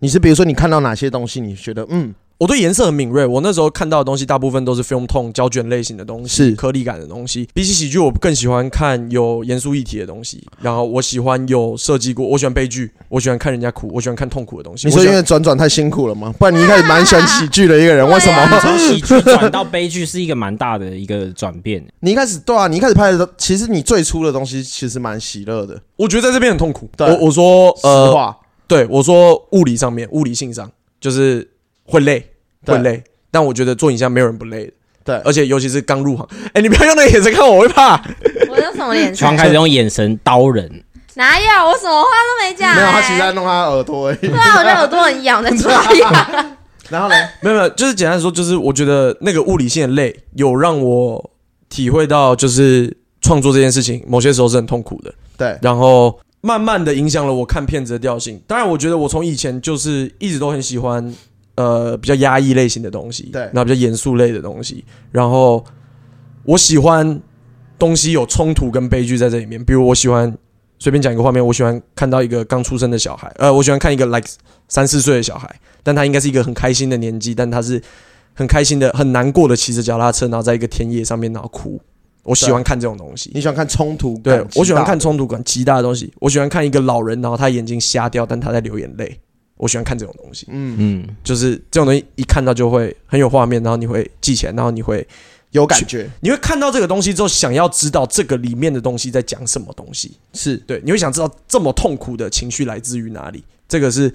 Speaker 2: 你是比如说你看到哪些东西，你觉得嗯
Speaker 1: 我对颜色很敏锐，我那时候看到的东西大部分都是 film tone 胶卷类型的东西。
Speaker 2: 是
Speaker 1: 颗粒感的东西。比起喜剧，我更喜欢看有严肃议题的东西。然后我喜欢有设计过，我喜欢悲剧，我喜欢看人家哭，我喜欢看痛苦的东西。
Speaker 2: 你说
Speaker 1: 我喜
Speaker 2: 因
Speaker 1: 欢
Speaker 2: 为转转太辛苦了吗？不然你一开始蛮喜欢喜剧的一个人，为什
Speaker 3: 对
Speaker 2: 么
Speaker 3: 啊？
Speaker 4: 从喜剧转到悲剧是一个蛮大的一个转 变。
Speaker 2: 你一开始对啊，你一开始拍的时候，其实你最初的东西其实蛮喜乐的，
Speaker 1: 我觉得在这边很痛苦。
Speaker 2: 对
Speaker 1: 我我说
Speaker 2: 实
Speaker 1: 呃，
Speaker 2: 话，
Speaker 1: 对我说物理上面，物理性上就是会累，
Speaker 2: 对
Speaker 1: 会累。但我觉得做影像没有人不累的，
Speaker 2: 对
Speaker 1: 而且尤其是刚入行，哎，你不要用那个眼神看我，我会怕。
Speaker 3: 我有什么脸色
Speaker 4: 刚？开始用眼神刀人，
Speaker 3: 哪有？我什么话都没讲，
Speaker 2: 没有，他
Speaker 3: 哎
Speaker 2: 其实在弄啊嗯他耳朵而已。
Speaker 3: 对啊，我的耳朵很痒，我在抓痒。
Speaker 2: 然后呢，
Speaker 1: 没有没有，就是简单说，就是我觉得那个物理性的累有让我体会到，就是创作这件事情，某些时候是很痛苦的。
Speaker 2: 对，
Speaker 1: 然后慢慢的影响了我看片子的调性。当然，我觉得我从以前就是一直都很喜欢呃比较压抑类型的东西，
Speaker 2: 对
Speaker 1: 然后比较严肃类的东西。然后我喜欢东西有冲突跟悲剧在这里面，比如我喜欢。随便讲一个画面，我喜欢看到一个刚出生的小孩，呃，我喜欢看一个 like 三四岁的小孩，但他应该是一个很开心的年纪，但他是很开心的、很难过的骑着脚踏车，然后在一个田野上面然后哭。我喜欢看这种东西，
Speaker 2: 你喜欢看冲突感
Speaker 1: 对
Speaker 2: 极大？
Speaker 1: 我喜欢看冲突感极大的东西，我喜欢看一个老人，然后他眼睛瞎掉，但他在流眼泪。我喜欢看这种东西，
Speaker 2: 嗯，
Speaker 4: 嗯，
Speaker 1: 就是这种东西一看到就会很有画面，然后你会记起来，然后你会
Speaker 2: 有感觉
Speaker 1: 你会看到这个东西之后，想要知道这个里面的东西在讲什么东西，
Speaker 2: 是
Speaker 1: 对，你会想知道这么痛苦的情绪来自于哪里。这个是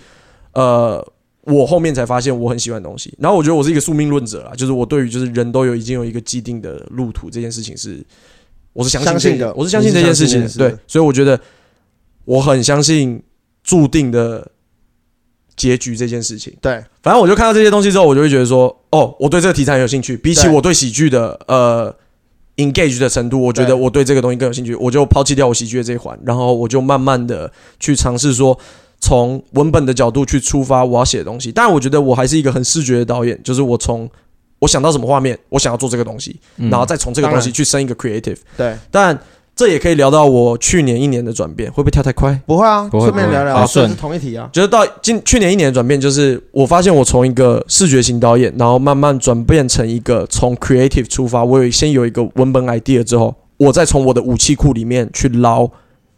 Speaker 1: 呃，我后面才发现我很喜欢的东西。然后我觉得我是一个宿命论者啦，就是我对于就是人都有已经有一个既定的路途这件事情是，我是相信
Speaker 2: 相
Speaker 1: 这
Speaker 2: 信的
Speaker 1: 我是相信这件事情
Speaker 2: 你
Speaker 1: 的
Speaker 2: 是相信这件事
Speaker 1: 对
Speaker 2: 的，
Speaker 1: 所以我觉得我很相信注定的结局这件事情。
Speaker 2: 对，
Speaker 1: 反正我就看到这些东西之后，我就会觉得说，哦，我对这个题材很有兴趣。比起
Speaker 2: 对
Speaker 1: 我对喜剧的呃 engage 的程度，我觉
Speaker 2: 对
Speaker 1: 得我对这个东西更有兴趣。我就抛弃掉我喜剧的这一环，然后我就慢慢的去尝试说，从文本的角度去出发我要写的东西。但我觉得我还是一个很视觉的导演，就是我从我想到什么画面，我想要做这个东西，
Speaker 4: 嗯
Speaker 1: 然后再从这个
Speaker 2: 嗯当
Speaker 1: 东
Speaker 2: 然
Speaker 1: 西去生一个 creative。
Speaker 2: 对，
Speaker 1: 但这也可以聊到我去年一年的转变，会不会跳太快？
Speaker 2: 不会啊，
Speaker 4: 不会
Speaker 2: 顺便
Speaker 4: 不会
Speaker 2: 聊聊啊，
Speaker 4: 好
Speaker 2: 所以是
Speaker 4: 顺
Speaker 2: 同一题啊。
Speaker 1: 就是到今去年一年的转变，就是我发现我从一个视觉型导演，然后慢慢转变成一个从 creative 出发，我有先有一个文本 idea 之后，我再从我的武器库里面去捞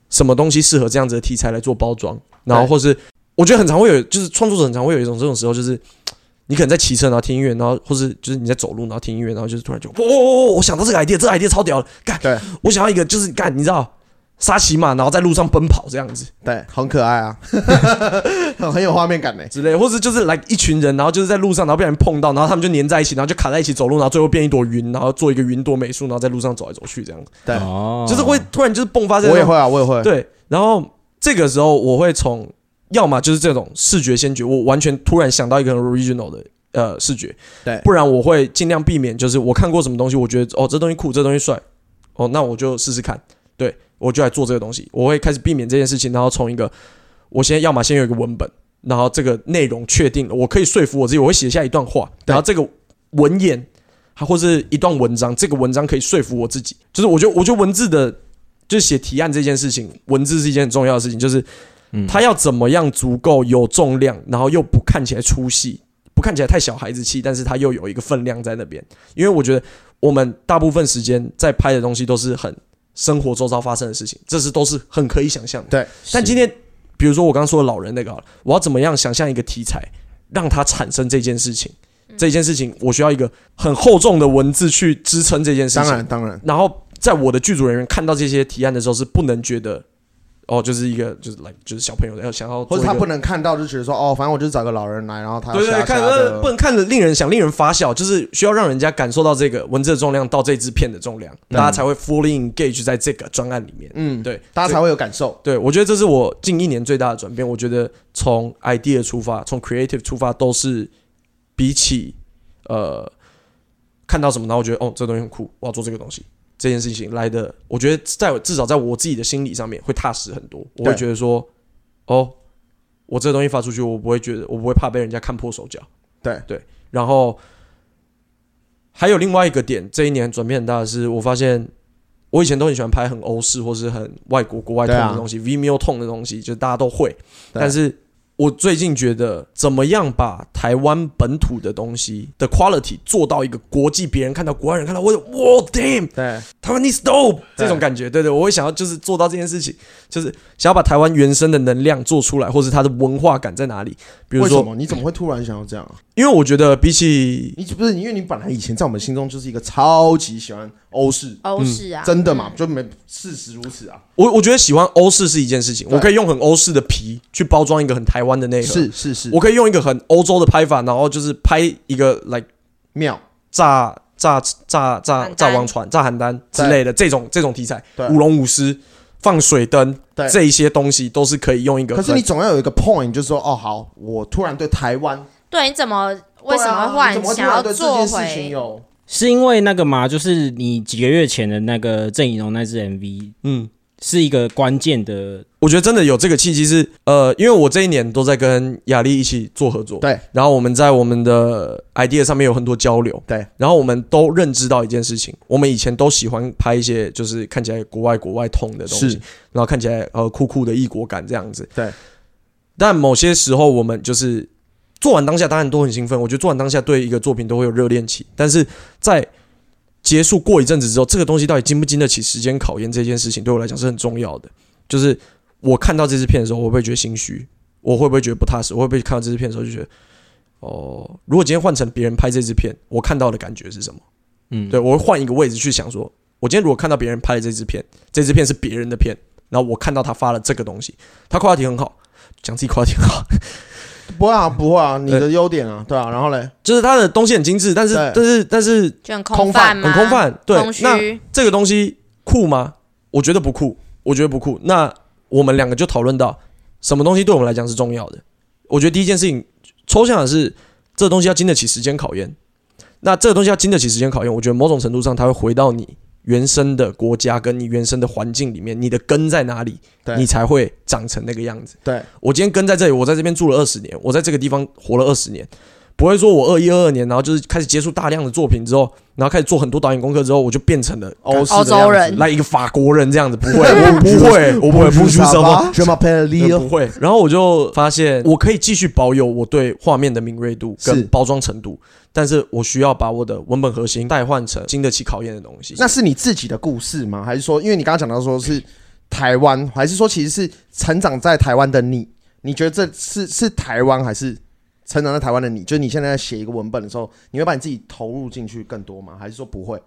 Speaker 1: 什么东西适合这样子的题材来做包装，然后
Speaker 2: 对
Speaker 1: 或是我觉得很常会有，就是创作者很常会有一种这种时候，就是你可能在骑车，然后听音乐，然后或是就是你在走路，然后听音乐，然后就是突然就，哦哦哦，我想到这个 idea，这个 idea 超屌的，干，
Speaker 2: 对
Speaker 1: 我想要一个就是干，你知道。沙琪玛，然后在路上奔跑这样子
Speaker 2: 对，很可爱啊， 很有画面感呢。
Speaker 1: 之类，或是就是来一群人，然后就是在路上，然后被人碰到，然后他们就粘在一起，然后就卡在一起走路，然后最后变一朵云，然后做一个云朵美术，然后在路上走来走去这样，
Speaker 2: 对，
Speaker 4: 哦
Speaker 1: 就是会突然就是迸发这种
Speaker 2: 我也会啊，我也会。
Speaker 1: 对，然后这个时候我会从要么就是这种视觉先觉，我完全突然想到一个很 original 的呃视觉，
Speaker 2: 对
Speaker 1: 不然我会尽量避免，就是我看过什么东西，我觉得哦这东西酷，这东西帅，哦那我就试试看，对我就来做这个东西，我会开始避免这件事情，然后从一个我先要么先有一个文本，然后这个内容确定了，我可以说服我自己，我会写下一段话，
Speaker 2: 对
Speaker 1: 然后这个文眼。它或是一段文章，这个文章可以说服我自己，就是我觉得，我觉得文字的就是写提案这件事情，文字是一件很重要的事情，就是
Speaker 4: 嗯
Speaker 1: 它要怎么样足够有重量，然后又不看起来出戏，不看起来太小孩子气，但是它又有一个分量在那边。因为我觉得我们大部分时间在拍的东西都是很生活周遭发生的事情，这是都是很可以想象的。
Speaker 2: 对，
Speaker 1: 但今天比如说我刚刚说的老人那个好了，我要怎么样想象一个题材，让它产生这件事情？这件事情我需要一个很厚重的文字去支撑这件事情。
Speaker 2: 当然当然，
Speaker 1: 然后在我的剧组人员看到这些提案的时候，是不能觉得哦，就是一个就是来就是小朋友要想要
Speaker 2: 或
Speaker 1: 做一
Speaker 2: 者
Speaker 1: 个，
Speaker 2: 他不能看到就觉得说哦，反正我就是找个老人来，然后他
Speaker 1: 对对对，看呃
Speaker 2: 呃
Speaker 1: 不能看着令人想令人发笑，就是需要让人家感受到这个文字的重量到这支片的重量，大家才会 fully engage 在这个专案里面。
Speaker 2: 嗯，
Speaker 1: 对，
Speaker 2: 大家
Speaker 1: 所以
Speaker 2: 才会有感受。
Speaker 1: 对，我觉得这是我近一年最大的转变。我觉得从 idea 出发，从 creative 出发，都是比起呃看到什么，然后我觉得哦，这东西很酷，我要做这个东西，这件事情来的，我觉得在至少在我自己的心理上面会踏实很多。我会
Speaker 2: 对
Speaker 1: 觉得说，哦，我这个东西发出去，我不会觉得，我不会怕被人家看破手脚。
Speaker 2: 对
Speaker 1: 对，然后还有另外一个点，这一年转变很大的是，我发现我以前都很喜欢拍很欧式或是很外国国外痛
Speaker 2: 对啊
Speaker 1: 的东西、v i m e o 痛的东西，就是大家都会。
Speaker 2: 对
Speaker 1: 但是我最近觉得，怎么样把台湾本土的东西的 quality 做到一个国际别人看到、国外人看到，我就哇 damn，
Speaker 2: 对
Speaker 1: 台湾 needs dope 这种感觉，对对，我会想要就是做到这件事情，就是想要把台湾原生的能量做出来，或是它的文化感在哪里。比如
Speaker 2: 为什
Speaker 1: 说，
Speaker 2: 么？你怎么会突然想要这样啊？
Speaker 1: 因为我觉得比起
Speaker 2: 你不是因为你本来以前在我们心中就是一个超级喜欢欧式，
Speaker 3: 欧式啊，
Speaker 2: 真的嘛？就没事实如此啊。
Speaker 1: 我我觉得喜欢欧式是一件事情，
Speaker 2: 对
Speaker 1: 我可以用很欧式的皮去包装一个很台湾的内核，
Speaker 2: 是是是，
Speaker 1: 我可以用一个很欧洲的拍法，然后就是拍一个来
Speaker 2: 妙。
Speaker 1: 炸炸炸炸
Speaker 3: 邯郸
Speaker 1: 炸王船、炸邯郸之类的这种这种题材
Speaker 2: 对，
Speaker 1: 舞龙舞狮、放水灯
Speaker 2: 对
Speaker 1: 这一些东西都是可以用一个
Speaker 2: 可
Speaker 1: 很。
Speaker 2: 是你总要有一个 point，就是说，哦，好，我突然对台湾，
Speaker 3: 对，你怎么为什
Speaker 2: 对
Speaker 3: 么
Speaker 2: 啊
Speaker 3: 换
Speaker 2: 你怎么会突
Speaker 3: 想
Speaker 2: 然
Speaker 3: 要
Speaker 2: 对这
Speaker 3: 做
Speaker 2: 件事情
Speaker 3: 回？
Speaker 2: 有？
Speaker 4: 是因为那个嘛，就是你几个月前的那个郑怡农那支 MV
Speaker 1: 嗯，
Speaker 4: 是一个关键的，
Speaker 1: 我觉得真的有这个契机是，呃，因为我这一年都在跟雅丽一起做合作，
Speaker 2: 对，
Speaker 1: 然后我们在我们的 idea 上面有很多交流，
Speaker 2: 对，
Speaker 1: 然后我们都认知到一件事情，我们以前都喜欢拍一些就是看起来国外国外通的东西
Speaker 2: 是，
Speaker 1: 然后看起来呃酷酷的异国感这样子，
Speaker 2: 对，
Speaker 1: 但某些时候我们就是做完当下当然都很兴奋，我觉得做完当下对一个作品都会有热恋期，但是在结束过一阵子之后，这个东西到底经不经得起时间考验这件事情，对我来讲是很重要的。就是我看到这支片的时候，我会不会觉得心虚？我会不会觉得不踏实？我会不会看到这支片的时候就觉得，哦，如果今天换成别人拍这支片，我看到的感觉是什么？
Speaker 4: 嗯，
Speaker 1: 对我会换一个位置去想说，我今天如果看到别人拍的这支片，这支片是别人的片，然后我看到他发了这个东西，他 quality 很好，讲自己 quality 很好，
Speaker 2: 不会啊，不会啊，你的优点啊，对啊，然后嘞，
Speaker 1: 就是他的东西很精致，但是
Speaker 2: 对
Speaker 1: 但是但是
Speaker 3: 就很
Speaker 2: 空泛
Speaker 3: 泛
Speaker 1: 很
Speaker 3: 吗？
Speaker 1: 空泛，对
Speaker 3: 空，
Speaker 1: 那
Speaker 3: 虚，
Speaker 1: 这个东西酷吗？我觉得不酷，我觉得不酷。那我们两个就讨论到什么东西对我们来讲是重要的。我觉得第一件事情抽象的是这东西要经得起时间考验。那这个东西要经得起时间考验，我觉得某种程度上它会回到你原生的国家跟你原生的环境里面，你的根在哪里
Speaker 2: 对，
Speaker 1: 你才会长成那个样子。
Speaker 2: 对，
Speaker 1: 我今天跟在这里，我在这边住了二十年，我在这个地方活了二十年，不会说我二一二二年，然后就是开始接触大量的作品之后，然后开始做很多导演功课之后，我就变成了
Speaker 2: 欧式的
Speaker 3: 欧洲人
Speaker 2: 样子
Speaker 1: 来一个法国人这样子，不会， 我不会，我不会，不
Speaker 2: 不
Speaker 1: 出什么。
Speaker 2: 什么 p e l
Speaker 1: 呃不会。然后我就发现，我可以继续保有我对画面的敏锐度
Speaker 2: 是
Speaker 1: 跟包装程度，但是我需要把我的文本核心代换成经得起考验的东西。
Speaker 2: 那是你自己的故事吗？还是说，因为你刚刚讲到说是台湾，还是说其实是成长在台湾的你？你觉得这是是台湾，还是成长在台湾的你？就是你现在在写一个文本的时候，你会把你自己投入进去更多吗？还是说不会？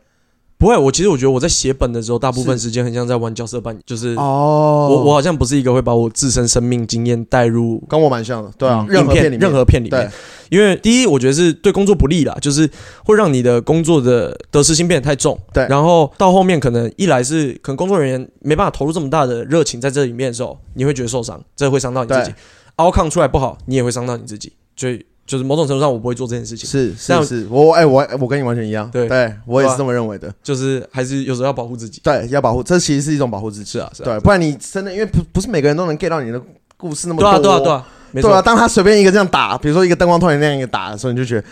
Speaker 1: 不会，我其实我觉得我在写本的时候，大部分时间很像在玩角色扮演，就是
Speaker 2: 哦
Speaker 1: 呃我我好像不是一个会把我自身生命经验带入
Speaker 2: 跟我蛮像的，对啊，
Speaker 1: 影
Speaker 2: 任何
Speaker 1: 片
Speaker 2: 片里面，
Speaker 1: 任何片里面
Speaker 2: 对。，
Speaker 1: 因为第一，我觉得是对工作不利啦，就是会让你的工作的得失心变得太重。
Speaker 2: 对
Speaker 1: 然后到后面可能一来是可能工作人员没办法投入这么大的热情在这里面的时候，你会觉得受伤，这会伤到你自己
Speaker 2: 对。
Speaker 1: outcome 出来不好，你也会伤到你自己，所以就是某种程度上我不会做这件事情，
Speaker 2: 是是
Speaker 1: 但
Speaker 2: 是，我哎我我跟你完全一样，
Speaker 1: 对
Speaker 2: 对我也是
Speaker 1: 对啊
Speaker 2: 这么认为的。
Speaker 1: 就是还是有时候要保护自己。
Speaker 2: 对，要保护，这其实是一种保护自己
Speaker 1: 是啊是啊
Speaker 2: 对，不然你真的因为不不是每个人都能 get 到你的故事那么
Speaker 1: 对啊对
Speaker 2: 多，
Speaker 1: 啊对啊，没
Speaker 2: 对
Speaker 1: 错。
Speaker 2: 啊，当他随便一个这样打，比如说一个灯光突然那样一个打的时候，你就觉得，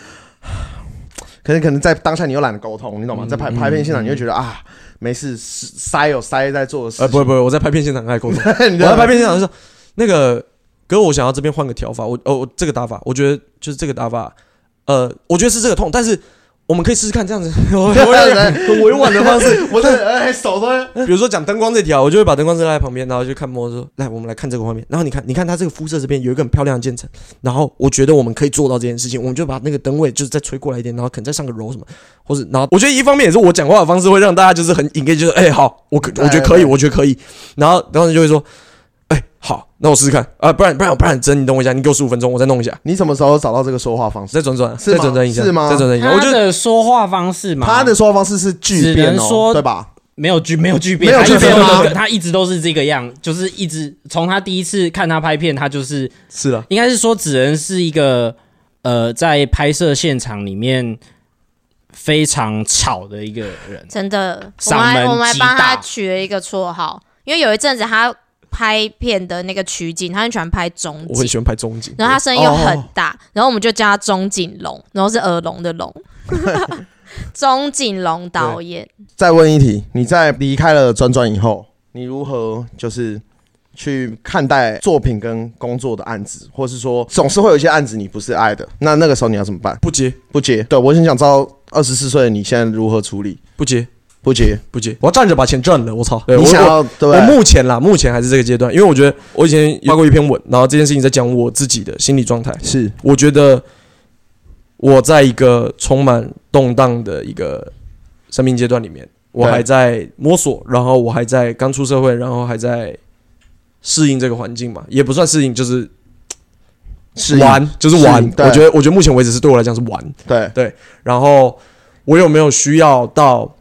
Speaker 2: 可能可能在当下你又懒得沟通，你懂吗？在拍拍片现场，你就觉得啊，没事，塞有塞在做的事
Speaker 1: 呃，
Speaker 2: 情。
Speaker 1: 不会不会，我在拍片现场爱沟通。
Speaker 2: 不，你
Speaker 1: 我在
Speaker 2: 在
Speaker 1: 拍片现场就说，那个哥，我想要这边换个调法，我哦，我这个打法，我觉得就是这个打法，呃，我觉得是这个痛，但是我们可以试试看这样子， 我我
Speaker 2: 对对
Speaker 1: 我很委婉的方式，
Speaker 2: 我这哎手都
Speaker 1: 比如说讲灯光这条，我就会把灯光设在旁边，然后就看摸说，来，我们来看这个画面，然后你看，你看它这个肤色这边有一个很漂亮的渐层，然后我觉得我们可以做到这件事情，我们就把那个灯位就是再吹过来一点，然后可能再上个柔什么，或者然后我觉得一方面也是我讲话的方式会让大家就是很 engage，就是哎、好，我可我觉得可以，
Speaker 2: 对对
Speaker 1: 我觉得可以，然后然后你就会说，哎、好，那我试试看啊，不然不然不然真，你等我一下，你给我十五分钟，我再弄一下，
Speaker 2: 你什么时候找到这个说话方式？
Speaker 1: 再转转，
Speaker 2: 是吗
Speaker 1: 再转转一下，
Speaker 2: 是吗
Speaker 1: 再转转一下，我
Speaker 4: 他
Speaker 1: 觉得
Speaker 4: 的说话方式嘛，
Speaker 2: 他的说话方式是巨变
Speaker 4: 只能
Speaker 2: 哦，
Speaker 4: 说
Speaker 2: 对吧？
Speaker 4: 没有剧没有剧变，
Speaker 2: 没有
Speaker 4: 他一
Speaker 2: 巨
Speaker 4: 直
Speaker 2: 变
Speaker 4: 都
Speaker 2: 吗
Speaker 4: 他一直都是这个样，就是一直从他第一次看他拍片，他就是
Speaker 1: 是了，
Speaker 4: 应该是说只能是一个呃，在拍摄现场里面非常吵的一个 人。
Speaker 3: 真的，我
Speaker 4: 嗓
Speaker 3: 们还
Speaker 4: 门
Speaker 3: 我们还
Speaker 4: 极
Speaker 3: 帮他
Speaker 4: 大
Speaker 3: 取了一个绰号，因为有一阵子他拍片的那个取景，他很喜欢拍中
Speaker 1: 我很
Speaker 3: 景，
Speaker 1: 喜欢哦拍中景，
Speaker 3: 然后他声音又很大，然后我们就叫他钟景龙，然后是耳聋的 聋， 钟景龙导演。
Speaker 2: 再问一题，你在离开了专专以后，你如何就是去看待作品跟工作的案子，或是说总是会有一些案子你不是爱的，那那个时候你要怎么办？
Speaker 1: 不接
Speaker 2: 不接。对我很想知道二十四岁的你现在如何处理？
Speaker 1: 不接
Speaker 2: 不接，
Speaker 1: 不接，我要站着把钱赚了，我操，对
Speaker 2: 你
Speaker 1: 我
Speaker 2: 想
Speaker 1: 我
Speaker 2: 要对不
Speaker 1: 我
Speaker 2: 对？
Speaker 1: 目前啦，目前还是这个阶段，因为我觉得我以前发过一篇文，然后这件事情在讲我自己的心理状态。
Speaker 2: 是
Speaker 1: 我觉得我在一个充满动荡的一个生命阶段里面，我
Speaker 2: 对
Speaker 1: 还在摸索，然后我还在刚出社会，然后还在适应这个环境嘛，也不算适应，就是
Speaker 2: 是
Speaker 1: 玩，就是玩
Speaker 2: 适应。对
Speaker 1: 我觉得，我觉得目前为止是对我来讲是玩。
Speaker 2: 对
Speaker 1: 然后我有没有需要到？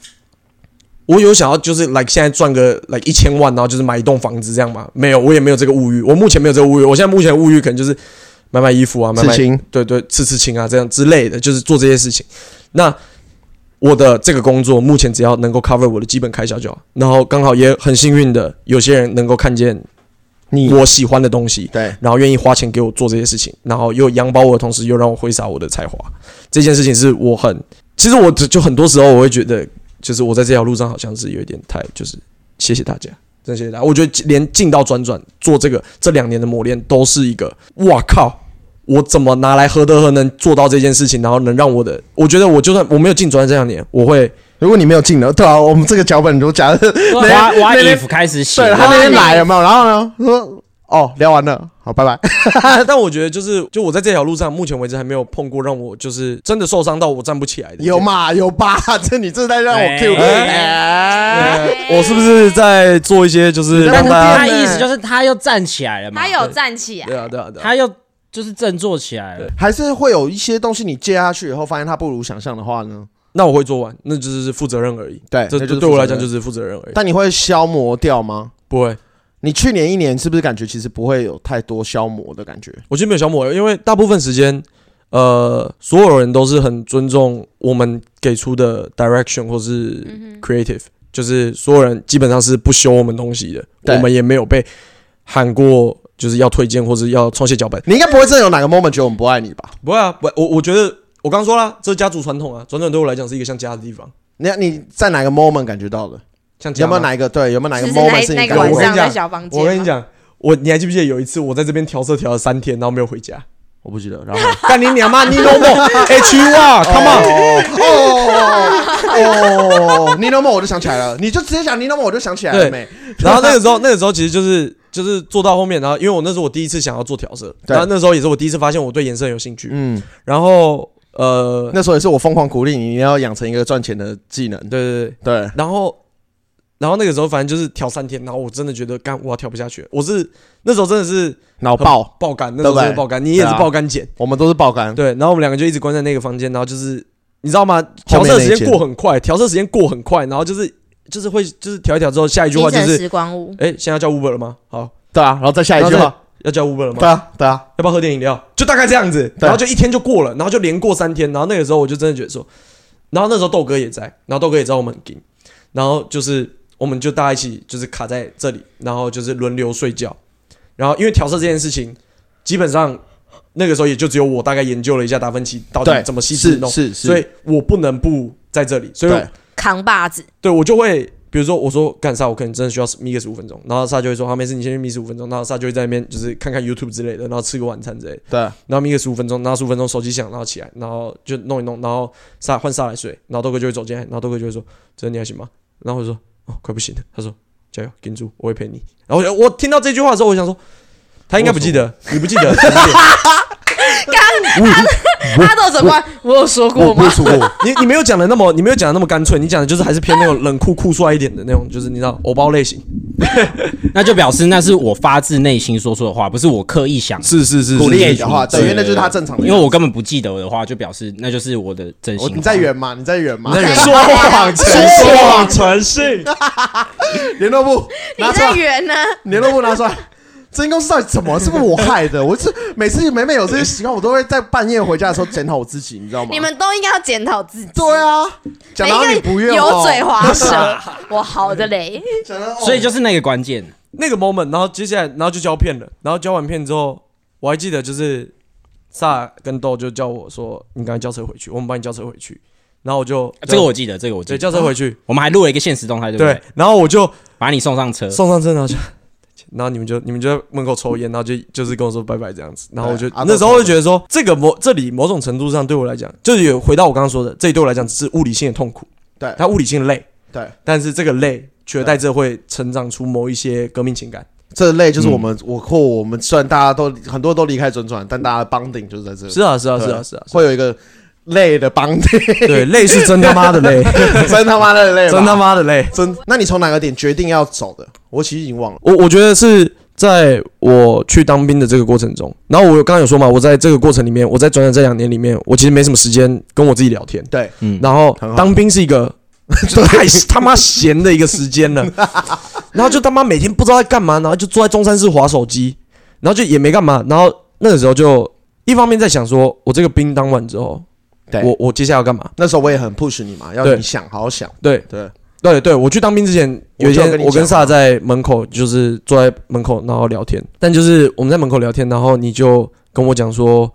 Speaker 1: 我有想要就是 like 现在赚个 like 一千万，然后就是买一栋房子这样吗？没有，我也没有这个物欲。我目前没有这个物欲。我现在目前的物欲可能就是买买衣服啊，买
Speaker 2: 事
Speaker 1: 买
Speaker 2: 情
Speaker 1: 对对，吃吃青啊这样之类的，就是做这些事情。那我的这个工作目前只要能够 cover 我的基本开销就好。然后刚好也很幸运的，有些人能够看见
Speaker 2: 你
Speaker 1: 我喜欢的东西，
Speaker 2: 对
Speaker 1: 然后愿意花钱给我做这些事情，然后又养饱我的同时，又让我挥洒我的才华，这件事情是我很，其实我只就很多时候我会觉得，就是我在这条路上好像是有一点太，就是谢谢大家，真的谢谢大家。我觉得连进到转转做这个这两年的磨练，都是一个，哇靠！我怎么拿来何德何能做到这件事情，然后能让我的，我觉得我就算我没有进转转这两年，我会
Speaker 2: 如果你没有进呢？对啊，我们这个脚本如假设，
Speaker 4: 我
Speaker 2: 那
Speaker 4: 要我
Speaker 2: 那
Speaker 4: 衣服开始写，
Speaker 2: 对他
Speaker 4: 了，
Speaker 2: 那天来了没有？然后呢，说哦，聊完了，好，拜拜。
Speaker 1: 但我觉得就是，就我在这条路上，目前为止还没有碰过让我就是真的受伤到我站不起来的。
Speaker 2: 有？嘛有吧？ 这你这是在让我 Q
Speaker 1: 哎
Speaker 4: 哎
Speaker 1: 我是不是在做一些就是
Speaker 2: 你在
Speaker 1: 让
Speaker 2: 弄
Speaker 1: 大家？
Speaker 4: 他
Speaker 2: 电
Speaker 4: 意思就是他又站起来了嘛，
Speaker 3: 他有站起来，
Speaker 1: 对啊，对啊，对啊。
Speaker 4: 他又就是振作起来了。
Speaker 2: 还是会有一些东西你接下去以后，发现它不如想象的话呢？
Speaker 1: 那我会做完，那就是负责任而已。
Speaker 2: 对，
Speaker 1: 这
Speaker 2: 那就
Speaker 1: 这
Speaker 2: 是。
Speaker 1: 对我来讲就是是负责任而已。
Speaker 2: 但你会消磨掉吗？
Speaker 1: 不会，
Speaker 2: 你去年一年是不是感觉其实不会有太多消磨的感觉？
Speaker 1: 我觉得没有消磨，因为大部分时间，呃，所有人都是很尊重我们给出的 direction 或是
Speaker 3: 嗯
Speaker 1: creative，、就是所有人基本上是不修我们东西的，
Speaker 2: 对
Speaker 1: 我们也没有被喊过就是要推荐或是要抄写脚本。
Speaker 2: 你应该不会真的有哪个 moment 觉得我们不爱你吧？
Speaker 1: 不会啊，不，我我觉得我刚说啦，这是家族传统啊，转转对我来讲是一个像家的地方，
Speaker 2: 你你在哪个 moment 感觉到的？
Speaker 1: 像家
Speaker 2: 有没有
Speaker 1: 吗
Speaker 2: 哪一个对？有没有哪个
Speaker 3: 就是
Speaker 2: moment
Speaker 3: 那
Speaker 2: 是
Speaker 3: 那
Speaker 2: 你
Speaker 3: 个
Speaker 2: 感
Speaker 1: 我跟你
Speaker 2: 觉到
Speaker 3: 晚上
Speaker 2: 的？
Speaker 1: 讲
Speaker 3: 在小房间，
Speaker 1: 我跟你，讲，我你还记不记得有一次我在这边调色调了三天，然后没有回家？
Speaker 2: 我不记得。然后
Speaker 1: 干你娘啊妈，你 no more H U R come on！
Speaker 2: 哦哦哦，你那么我就想起来了，你就直接讲你那么我就想起来了
Speaker 1: 对
Speaker 2: 没？
Speaker 1: 然后那个时候，那个时候其实就是就是做到后面，然后因为我那时候我第一次想要做调色，
Speaker 2: 对
Speaker 1: 然后那时候也是我第一次发现我对颜色很有兴趣。
Speaker 2: 嗯，
Speaker 1: 然后呃，
Speaker 2: 那时候也是我疯狂鼓励你，你要养成一个赚钱的技能。
Speaker 1: 对对对，
Speaker 2: 对，
Speaker 1: 然后然后那个时候反正就是调三天，然后我真的觉得干我要调不下去了，我是那时候真的是
Speaker 2: 脑
Speaker 1: 很
Speaker 2: 爆，
Speaker 1: 爆肝，那时候真的爆肝，你也是
Speaker 2: 对啊
Speaker 1: 爆肝剪，
Speaker 2: 我们都是爆肝。
Speaker 1: 对。然后我们两个就一直关在那个房间，然后就是你知道吗？
Speaker 2: 后
Speaker 1: 调
Speaker 2: 面
Speaker 1: 色
Speaker 2: 那一
Speaker 1: 时间
Speaker 2: 间
Speaker 1: 过很快，调色时间过很快，然后就是就是会就是调一调之后，下一句
Speaker 3: 急
Speaker 1: 话就
Speaker 3: 诊
Speaker 1: 是
Speaker 3: 时光屋，
Speaker 1: 哎，现在要叫 Uber 了吗？好，
Speaker 2: 对啊，然后再下一句
Speaker 1: 然后
Speaker 2: 话
Speaker 1: 再，要叫 Uber 了吗？
Speaker 2: 对啊，对啊，
Speaker 1: 要不要喝点饮料？就大概这样子，
Speaker 2: 对
Speaker 1: 然后就一天就过了，然后就连过三天，然后那个时候我就真的觉得说，然后那时候豆哥也在，然后豆哥也知道我们很紧，然后就是我们就大家一起就是卡在这里，然后就是轮流睡觉，然后因为调色这件事情，基本上那个时候也就只有我大概研究了一下达芬奇到底
Speaker 2: 对，
Speaker 1: 怎么细致弄，
Speaker 2: 是是，是
Speaker 1: 所以我不能不在这里，所以
Speaker 2: 对
Speaker 3: 扛把子，
Speaker 1: 对我就会，比如说我说干啥，我可能真的需要眯个十五分钟，然后萨就会说好，没事，你先去眯十五分钟，然后萨就会在那边就是看看 YouTube 之类的，然后吃个晚餐之类的，
Speaker 2: 对
Speaker 1: 然后眯个十五分钟，然后十五分钟手机响，然后起来，然后就弄一弄，然后萨换萨来睡，然后豆哥就会走进来，然后豆哥就会说，真的你还行吗？然后我就说哦，快不行了，他说加油，顶住，我会陪你。然后我就我听到这句话的时候，我想说。他应该不记得，你不记得，你不记得
Speaker 3: 他都怎么？我有说过吗？
Speaker 2: 出过，
Speaker 1: 你你没有讲的那么，你没有讲的那么干脆，你讲的就是还是偏那种冷酷酷帅一点的那种，就是你知道偶包类型。
Speaker 4: 那就表示那是我发自内心说出的话，不是我刻意想。
Speaker 1: 是是是
Speaker 2: 鼓励
Speaker 4: 是
Speaker 2: 你的话，
Speaker 4: 是
Speaker 2: 对，因为那就是他正常的
Speaker 4: 因
Speaker 2: 样
Speaker 4: 为
Speaker 2: 子。
Speaker 4: 我根本不记得我的话，就表示那就是我的真
Speaker 2: 我
Speaker 4: 心话。
Speaker 2: 你在圆吗？你在圆吗？
Speaker 1: 你在圆
Speaker 3: 啊
Speaker 2: 说谎
Speaker 3: 是
Speaker 2: 成说谎成，
Speaker 1: 传信，
Speaker 2: 联络 部
Speaker 3: 你
Speaker 2: 拿出
Speaker 3: 在啊
Speaker 2: 来，
Speaker 3: 圆呢？
Speaker 2: 联络部拿出来。这间公司到底怎么？是不是我害的？ 我是每次每每有这些习惯，我都会在半夜回家的时候检讨我自己，你知道吗？
Speaker 3: 你们都应该要检讨自己。
Speaker 2: 对啊，讲
Speaker 3: 每一
Speaker 2: 到
Speaker 3: 个
Speaker 2: 你不愿
Speaker 3: 油
Speaker 2: 哦
Speaker 3: 嘴 滑舌，我好的嘞。
Speaker 2: 讲到哦
Speaker 4: 所以就是那个关键，
Speaker 1: 那个 moment，然后接下来，然后就交片了，然后交完片之后，我还记得就是萨跟豆就叫我说，你赶快叫车回去，我们帮你叫车回去，然后我就
Speaker 4: 啊这个我记得，这个我记
Speaker 1: 对
Speaker 4: 得。
Speaker 1: 叫车回去，
Speaker 4: 我们还录了一个现实动态，对不
Speaker 1: 对
Speaker 4: 对？，
Speaker 1: 然后我就
Speaker 4: 把你送上车，
Speaker 1: 送上车，然后就。然后你们就你们就在门口抽烟，然后就就是跟我说拜拜这样子，然后我就
Speaker 2: 对啊
Speaker 1: 那时候就觉得说，这个某这里某种程度上对我来讲，就是有回到我刚刚说的，这里对我来讲只是物理性的痛苦，
Speaker 2: 对
Speaker 1: 它物理性的累，
Speaker 2: 对，
Speaker 1: 但是这个累取而代之会成长出某一些革命情感。
Speaker 2: 这类就是我们我或我们虽然大家都很多都离开转转，但大家的 bonding 就是在这里，
Speaker 1: 是啊，是啊，
Speaker 2: 对
Speaker 1: 是啊，是啊，
Speaker 2: 会有一个累的 bonding，
Speaker 1: 对，累是真他妈的累，
Speaker 2: 真他妈的累吧，
Speaker 1: 真他妈的累。
Speaker 2: 真。那你从哪个点决定要走的？我其实已经忘了。
Speaker 1: 我我觉得是在我去当兵的这个过程中，然后我有刚刚有说嘛，我在这个过程里面，我在转转这两年里面，我其实没什么时间跟我自己聊天。
Speaker 2: 对，
Speaker 4: 嗯，
Speaker 1: 然后
Speaker 2: 很好
Speaker 1: 当兵是一 个太他妈闲的一个时间了，然后就他妈每天不知道在干嘛，然后就坐在中山市划手机，然后就也没干嘛，然后那个时候就一方面在想说，我这个兵当完之后，
Speaker 2: 对
Speaker 1: 我我接下来要干嘛？
Speaker 2: 那时候我也很 push 你嘛，要
Speaker 1: 对
Speaker 2: 你想，好好想。
Speaker 1: 对，
Speaker 2: 对，
Speaker 1: 对对，我去当兵之前，
Speaker 2: 我
Speaker 1: 有一
Speaker 2: 就
Speaker 1: 天
Speaker 2: 跟你
Speaker 1: 我跟
Speaker 2: 讲啊
Speaker 1: 萨在门口，就是坐在门口，然后聊天。但就是我们在门口聊天，然后你就跟我讲说，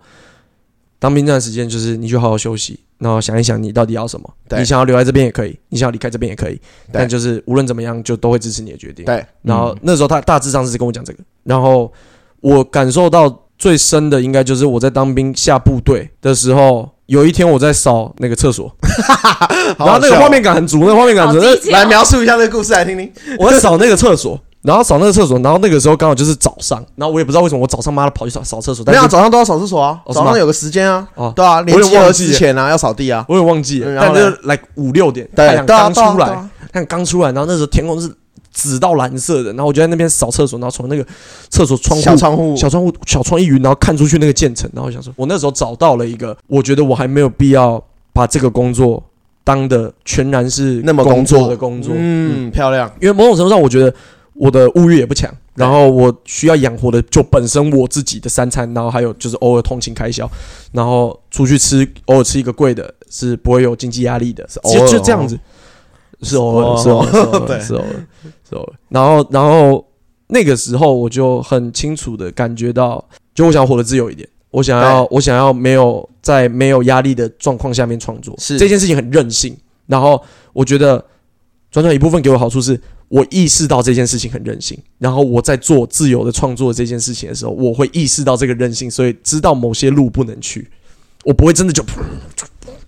Speaker 1: 当兵这段时间就是你去好好休息，然后想一想你到底要什么。
Speaker 2: 对
Speaker 1: 你想要留在这边也可以，你想要离开这边也可以，但
Speaker 2: 对
Speaker 1: 就是无论怎么样，就都会支持你的决定。
Speaker 2: 对，嗯
Speaker 1: 然后那时候他大致上是跟我讲这个，然后我感受到最深的应该就是我在当兵下部队的时候，有一天我在扫那个厕 所，然后那
Speaker 2: 哦
Speaker 1: 个画面感很足，那个画面感
Speaker 3: 好
Speaker 1: 很足，
Speaker 3: 低
Speaker 2: 来
Speaker 3: 调，
Speaker 2: 描述一下这个故事来听听。
Speaker 1: 我在扫那个厕所，然后扫那个厕所，然后那个时候刚好就是早上，然后我也不知道为什么我早上妈的跑去扫扫厕所，
Speaker 2: 没
Speaker 1: 但
Speaker 2: 有，
Speaker 1: 是
Speaker 2: 早上都要扫厕所啊，
Speaker 1: 哦是吗
Speaker 2: 早上有个时间啊
Speaker 1: 哦，
Speaker 2: 对啊，
Speaker 1: 我
Speaker 2: 连
Speaker 1: 有
Speaker 2: 集
Speaker 1: 忘
Speaker 2: 合
Speaker 1: 记
Speaker 2: 之前啊要扫地啊。
Speaker 1: 我也忘记了，
Speaker 2: 嗯然后
Speaker 1: 但
Speaker 2: 呢
Speaker 1: 就是来五六点，
Speaker 2: 对
Speaker 1: 太阳
Speaker 2: 对啊
Speaker 1: 刚出
Speaker 2: 对啊对
Speaker 1: 来
Speaker 2: 啊，
Speaker 1: 太阳刚出来，然后那时候天空是紫到蓝色的，然后我就在那边扫厕所，然后从那个厕所窗户
Speaker 2: 小窗户，
Speaker 1: 小窗户小窗一云，然后看出去那个建成，然后我想说，我那时候找到了一个，我觉得我还没有必要把这个工作当的全然是
Speaker 2: 那么工
Speaker 1: 工
Speaker 2: 作
Speaker 1: 的工作，嗯，
Speaker 2: 嗯，漂亮。
Speaker 1: 因为某种程度上，我觉得我的物欲也不强，然后我需要养活的就本身我自己的三餐，然后还有就是偶尔通勤开销，然后出去吃偶尔吃一个贵的，是不会有经济压力的，
Speaker 2: 偶
Speaker 1: 就
Speaker 2: 尔
Speaker 1: 就
Speaker 2: 哦
Speaker 1: 这样子，是偶尔，是
Speaker 2: 是
Speaker 1: 偶
Speaker 2: 偶
Speaker 1: 尔，
Speaker 2: 尔
Speaker 1: 是 偶尔，
Speaker 2: 对
Speaker 1: 是偶尔，是偶尔。然后，然后那个时候我就很清楚的感觉到，就我想活得自由一点，我想要，我想要没有在没有压力的状况下面创作，
Speaker 2: 是
Speaker 1: 这件事情很任性。然后我觉得，转转一部分给我好处是。我意识到这件事情很任性，然后我在做自由的创作这件事情的时候，我会意识到这个任性，所以知道某些路不能去，我不会真的就噗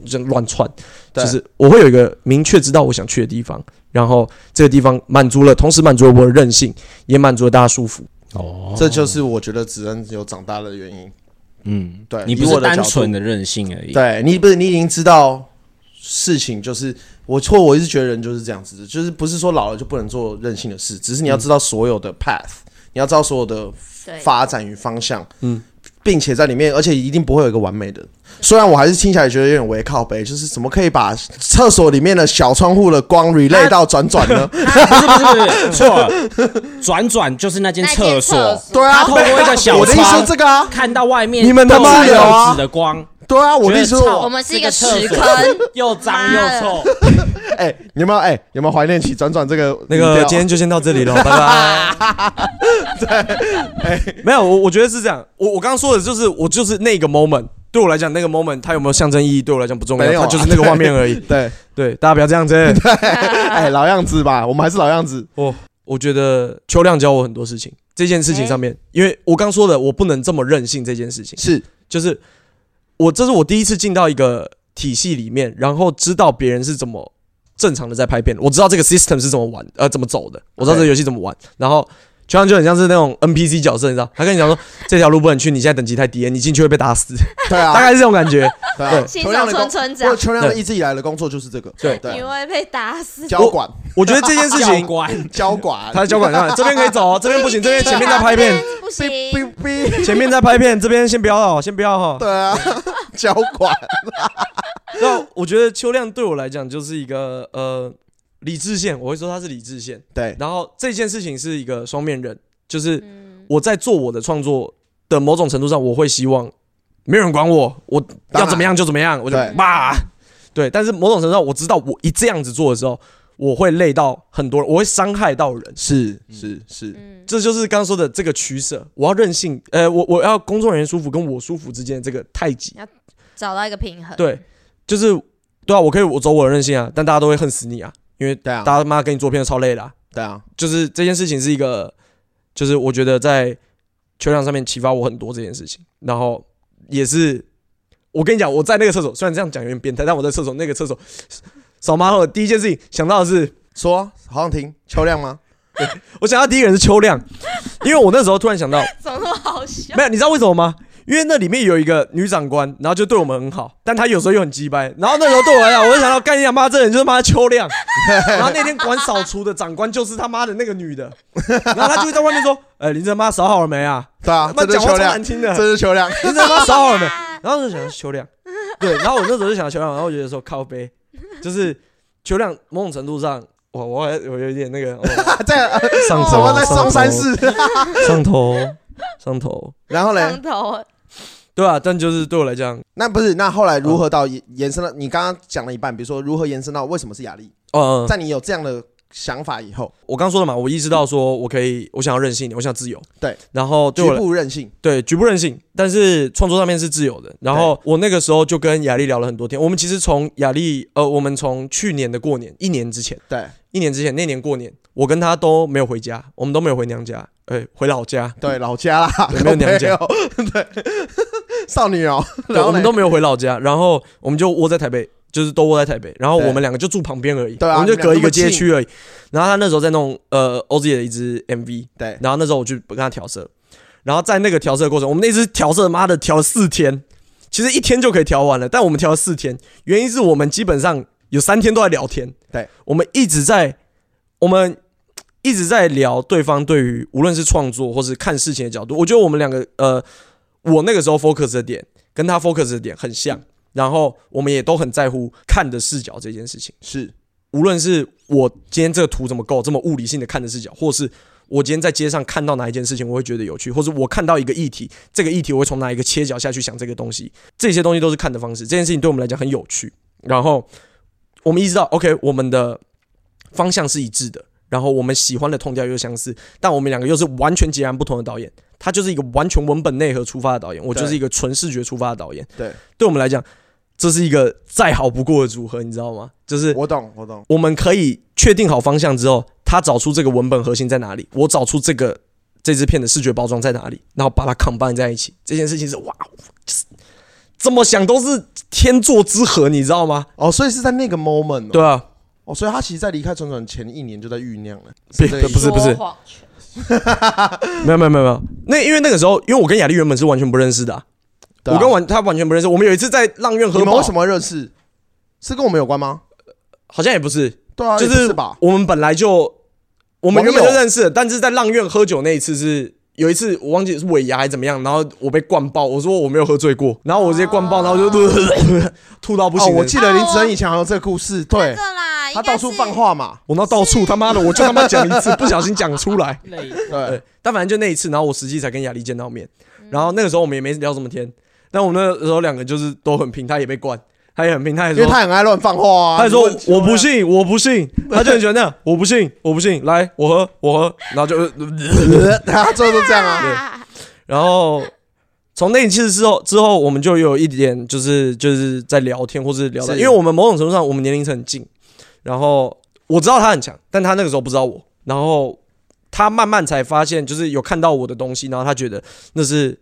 Speaker 1: 就乱窜，
Speaker 2: 对
Speaker 1: 就是我会有一个明确知道我想去的地方，然后这个地方满足了，同时满足了我的任性，也满足了大家舒服。
Speaker 4: 哦，
Speaker 2: 这就是我觉得子恩有长大的原因。
Speaker 4: 嗯，
Speaker 2: 对，
Speaker 4: 你
Speaker 2: 以
Speaker 4: 不
Speaker 2: 我
Speaker 4: 是
Speaker 2: 的角
Speaker 4: 单
Speaker 2: 度
Speaker 4: 纯的任性而已。
Speaker 2: 对你不是你已经知道事情就是我错，我一直觉得人就是这样子，就是不是说老了就不能做任性的事，只是你要
Speaker 1: 嗯
Speaker 2: 知道所有的 path，、你要知道所有的
Speaker 3: 对，
Speaker 2: 发展与方向，嗯，并且在里面，而且一定不会有一个完美的。虽然我还是听起来觉得有点为靠背，就是怎么可以把厕所里面的小窗户的光 relay 到转转 呢？
Speaker 4: 不是不是不是，错了， 转转就是那间
Speaker 3: 那
Speaker 4: 厕
Speaker 3: 间厕
Speaker 4: 所，
Speaker 3: 所，
Speaker 2: 对啊，
Speaker 4: 他透过一个小
Speaker 2: 我的意思
Speaker 4: 窗
Speaker 2: 是这个啊，
Speaker 4: 看到外面
Speaker 1: 你们他妈
Speaker 4: 都是
Speaker 1: 有
Speaker 2: 啊
Speaker 4: 柚子的光，
Speaker 2: 对啊，我的意思
Speaker 4: 觉
Speaker 2: 是
Speaker 4: 得
Speaker 2: 我
Speaker 4: 操
Speaker 3: 我们是一个
Speaker 4: 这厕所
Speaker 3: 屎坑，
Speaker 4: 又脏又臭。
Speaker 2: 哎、你有没有哎、有没有怀念起转转这个
Speaker 1: 那
Speaker 2: 语
Speaker 1: 个
Speaker 2: 调
Speaker 1: 今天就先到这里 了，拜拜。
Speaker 2: 哎
Speaker 1: 对，没有我，我觉得是这样。我我刚刚说的就是，我就是那个 moment，对我来讲，那个 moment 它有没有象征意义，对我来讲不重
Speaker 2: 没
Speaker 1: 要，
Speaker 2: 有
Speaker 1: 它
Speaker 2: 啊
Speaker 1: 就是那个画面而 已。
Speaker 2: 对，
Speaker 1: 对，大家不要这样子。
Speaker 2: 哎、老样子吧，我们还是老 样子，
Speaker 1: 我我觉得秋亮教我很多事情，这件事情上面，
Speaker 2: 哎
Speaker 1: 因为我刚说的，我不能这么任性，这件事情。
Speaker 2: 是
Speaker 1: 就是我这是我第一次进到一个体系里面，然后知道别人是怎么正常的在拍片的，我知道这个 system 是怎么玩呃怎么走的，我知道这个游戏怎么玩，然后。就像就很像是那种 NPC 角色，你知道，他跟你讲说这条路不能去，你现在等级太低，你进去会被打死，
Speaker 2: 对
Speaker 1: 大
Speaker 2: 啊，
Speaker 1: 概是这种感觉。
Speaker 2: 对啊，
Speaker 3: 新
Speaker 2: 同样
Speaker 3: 手
Speaker 2: 的工
Speaker 3: 村，村
Speaker 2: 不过
Speaker 3: 长，
Speaker 2: 邱亮的一直以来的工作就是这个，
Speaker 1: 对
Speaker 2: 对
Speaker 3: 你，会被打死。
Speaker 2: 交管
Speaker 1: 我觉得这件事
Speaker 4: 教
Speaker 1: 情，
Speaker 4: 官，
Speaker 2: 交管，
Speaker 1: 他的交管上来这边可以走哦，这边不行，这边前面在拍片，
Speaker 3: 不
Speaker 2: 哔
Speaker 3: 行，
Speaker 2: 哔哔，
Speaker 1: 前面在拍片，这边先不要哦，先不要哈。
Speaker 2: 对 啊，交管，
Speaker 1: 那我觉得秋亮对我来讲就是一个呃理智线，我会说他是理智线，
Speaker 2: 对，
Speaker 1: 然后这件事情是一个双面人，就是
Speaker 3: 嗯，
Speaker 1: 我在做我的创作的某种程度上，我会希望没有人管我，我
Speaker 2: 当
Speaker 1: 要
Speaker 2: 然
Speaker 1: 怎么样就怎么样，我就
Speaker 2: 对
Speaker 1: 骂。对，但是某种程度上，我知道我一这样子做的时候，我会累到很多人，我会伤害到人。
Speaker 2: 是是是，
Speaker 3: 嗯，
Speaker 1: 这就是刚刚说的这个取舍，我要任性，呃，我我要工作人员舒服跟我舒服之间的这个太极，
Speaker 3: 找到一个平衡。
Speaker 1: 对，就是对啊，我可以我走我的任性啊，但大家都会恨死你啊，因为
Speaker 2: 对啊
Speaker 1: 大家妈跟你做片都超累的、啊，
Speaker 2: 对啊，
Speaker 1: 就是这件事情是一个，就是我觉得在球场上面启发我很多这件事情，然后也是我跟你讲，我在那个厕所，虽然这样讲有点变态，但我在厕所那个厕所扫马桶的第一件事情想到的是，
Speaker 2: 说啊好想听邱亮吗？
Speaker 1: 我想到第一个人是秋亮，因为我那时候突然想到，
Speaker 3: 怎么那么好 笑？
Speaker 1: 没有，你知道为什么吗？因为那里面有一个女长官，然后就对我们很好，但她有时候又很鸡掰。然后那时候对我来讲，我就想到，干你娘妈，这人就是妈秋 亮。然后那天管扫除的长官就是他妈的那个女的，然后她就会在外面说：“呃、林真妈扫好了没啊？
Speaker 2: 对啊
Speaker 1: 他，妈
Speaker 2: 这就是
Speaker 1: 讲话
Speaker 2: 邱
Speaker 1: 超
Speaker 2: 亮
Speaker 1: 难，听的
Speaker 2: 这，是邱亮，
Speaker 1: 林真妈扫好了没？”啊然后我就想秋亮，对，然后我那时候就想秋亮，然后我觉得说靠背，就是秋亮某种程度上，我我还我有一点那 个、哦
Speaker 2: 在 呃
Speaker 1: 上
Speaker 2: 怎
Speaker 1: 头，啊
Speaker 2: 么在松山
Speaker 1: 上
Speaker 2: 市？
Speaker 1: 头上头上头，
Speaker 2: 然后嘞
Speaker 3: 上，头，
Speaker 1: 对啊，但就是对我来讲。
Speaker 2: 那不是那后来如何到延延伸到你刚刚讲了一半，比如说如何延伸到为什么是雅丽，
Speaker 1: 呃，
Speaker 2: 在你有这样的想法以后，
Speaker 1: 我刚说了嘛，我意识到说我可以，我想要任性一点，我想自由。
Speaker 2: 对，
Speaker 1: 然后对
Speaker 2: 局
Speaker 1: 我来
Speaker 2: 部任性，
Speaker 1: 对局部任性，但是创作上面是自由的。然后我那个时候就跟雅丽聊了很多天。我们其实从雅丽，呃，我们从去年的过年一年之前，
Speaker 2: 对
Speaker 1: 一年之前那年过年，我跟她都没有回家，我们都没有回娘家，哎、回老家，
Speaker 2: 对，老家啦，
Speaker 1: 嗯有没有娘家
Speaker 2: 靠背哦， 对， 少女哦，
Speaker 1: 对，
Speaker 2: 然
Speaker 1: 我
Speaker 2: 后嘞
Speaker 1: 们都没有回老家，然后我们就窝在台北，就是都窝在台北，然后
Speaker 2: 对
Speaker 1: 我们两个就住旁边而已，
Speaker 2: 对啊
Speaker 1: 我们就隔一个街
Speaker 2: 你
Speaker 1: 区而已。然后她那时候在弄呃 OZ 的一支 MV，
Speaker 2: 对
Speaker 1: 然后那时候我去跟他调色，然后在那个调色的过程，我们那只调色妈的调了四天，其实一天就可以调完了，但我们调了四天，原因是我们基本上有三天都在聊天，
Speaker 2: 对，
Speaker 1: 我们一直在我们一直在聊对方对于无论是创作或是看事情的角度，我觉得我们两个呃，我那个时候 focus 的点跟他 focus 的点很
Speaker 2: 嗯
Speaker 1: 像，然后我们也都很在乎看的视角这件事情。
Speaker 2: 是
Speaker 1: 无论是我今天这个图怎么构，这么物理性的看的视角，或是我今天在街上看到哪一件事情，我会觉得有趣，或者我看到一个议题，这个议题我会从哪一个切角下去想这个东西，这些东西都是看的方式。这件事情对我们来讲很有趣，然后我们意识到，OK，我们的方向是一致的，然后我们喜欢的痛调又相似，但我们两个又是完全截然不同的导演。他就是一个完全文本内核出发的导演，我就是一个纯视觉出发的导演。
Speaker 2: 对，
Speaker 1: 对我们来讲，这是一个再好不过的组合，你知道吗？就是
Speaker 2: 我懂，我懂，
Speaker 1: 我们可以确定好方向之后，他找出这个文本核心在哪里，我找出这个这支片的视觉包装在哪里，然后把它 combine 在一起。这件事情是哇，怎么想都是天作之合，你知道吗？
Speaker 2: 哦，所以是在那个 moment，、哦、
Speaker 1: 对啊，
Speaker 2: 哦，所以他其实，在离开转转前一年就在酝酿了，
Speaker 1: 不
Speaker 2: 是这个意
Speaker 1: 不
Speaker 2: 思
Speaker 1: 是不是
Speaker 3: 说，谎全
Speaker 1: 没有没有没有没有，那因为那个时候，因为我跟雅丽原本是完全不认识的啊、
Speaker 2: 对啊
Speaker 1: 我跟完他完全不认识。我们有一次在浪苑
Speaker 2: 你
Speaker 1: 喝
Speaker 2: 们
Speaker 1: 爆
Speaker 2: 为什，么会认识？是跟我们有关吗？
Speaker 1: 好像也不是，
Speaker 2: 对啊，
Speaker 1: 就
Speaker 2: 也不是
Speaker 1: 是
Speaker 2: 吧？
Speaker 1: 我们本来就我们
Speaker 2: 网友
Speaker 1: 原本就认识了，但是在浪苑喝酒那一次是有一次我忘记是尾牙还是怎么样，然后我被灌爆，我说我没有喝醉过，然后我直接灌爆，然后我就、 吐到不
Speaker 2: 啊哦，
Speaker 1: 行了、
Speaker 2: 我记得林子恩以前好像有这个故事，
Speaker 3: 哦那
Speaker 2: 对
Speaker 3: 个啦，
Speaker 2: 他
Speaker 3: 应
Speaker 2: 到
Speaker 3: 该是
Speaker 2: 处放话嘛，
Speaker 1: 我那到处他妈的，我就他妈讲一 次，不小心讲出来。
Speaker 4: 累，
Speaker 2: 对嗯
Speaker 1: 对，但反正就那一次，然后我实际才跟雅丽见到面，然后那个时候我们也没聊什么天，但我们那个时候两个就是都很平，他也被灌，他也很平，他也
Speaker 2: 因为
Speaker 1: 说
Speaker 2: 他很爱乱放话啊。
Speaker 1: 他还说
Speaker 2: 你问
Speaker 1: 我不信，我不信，他就很喜欢那样，我不信，我不信，来我喝我喝，然后就，
Speaker 2: 他最后都这样 啊，
Speaker 3: 啊，
Speaker 1: 然后从那一次之后之后，我们就有一点就是就是在聊天或是聊到，
Speaker 2: 是
Speaker 1: 因为我们某种程度上我们年龄层很近，然后我知道他很强，但他那个时候不知道我，然后他慢慢才发现，就是有看到我的东西，然后他觉得那是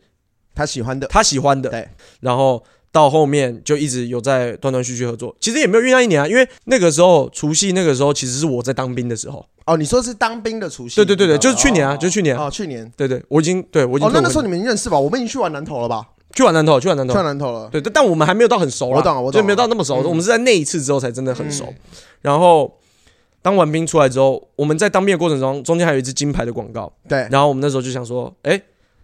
Speaker 2: 他喜欢的，
Speaker 1: 他喜欢的，
Speaker 2: 对，
Speaker 1: 然后到后面就一直有在断断续续合作，其实也没有酝酿一年啊，因为那个时候除夕那个时候其实是我在当兵的时候，
Speaker 2: 哦，你说是当兵的除夕？
Speaker 1: 对对对对，
Speaker 2: 哦
Speaker 1: 就是去年啊，
Speaker 2: 哦
Speaker 1: 就是去年啊，
Speaker 2: 哦，去年。
Speaker 1: 对对，我已经对我已经
Speaker 2: 哦，
Speaker 1: 退伍
Speaker 2: 那
Speaker 1: 了
Speaker 2: 个时候你们认识吧？我们已经去玩南投了吧？
Speaker 1: 去完南投，去完南
Speaker 2: 去
Speaker 1: 投
Speaker 2: 玩，南投了。
Speaker 1: 对，但但我们还没有到很熟啦
Speaker 2: 我懂我懂
Speaker 1: 就没有到那么熟，
Speaker 2: 嗯
Speaker 1: 我们是在那一次之后才真的很熟
Speaker 2: 嗯。
Speaker 1: 然后当完兵出来之后，我们在当兵的过程中，中间还有一支金牌的广告，
Speaker 2: 对，
Speaker 1: 然后我们那时候就想说，哎，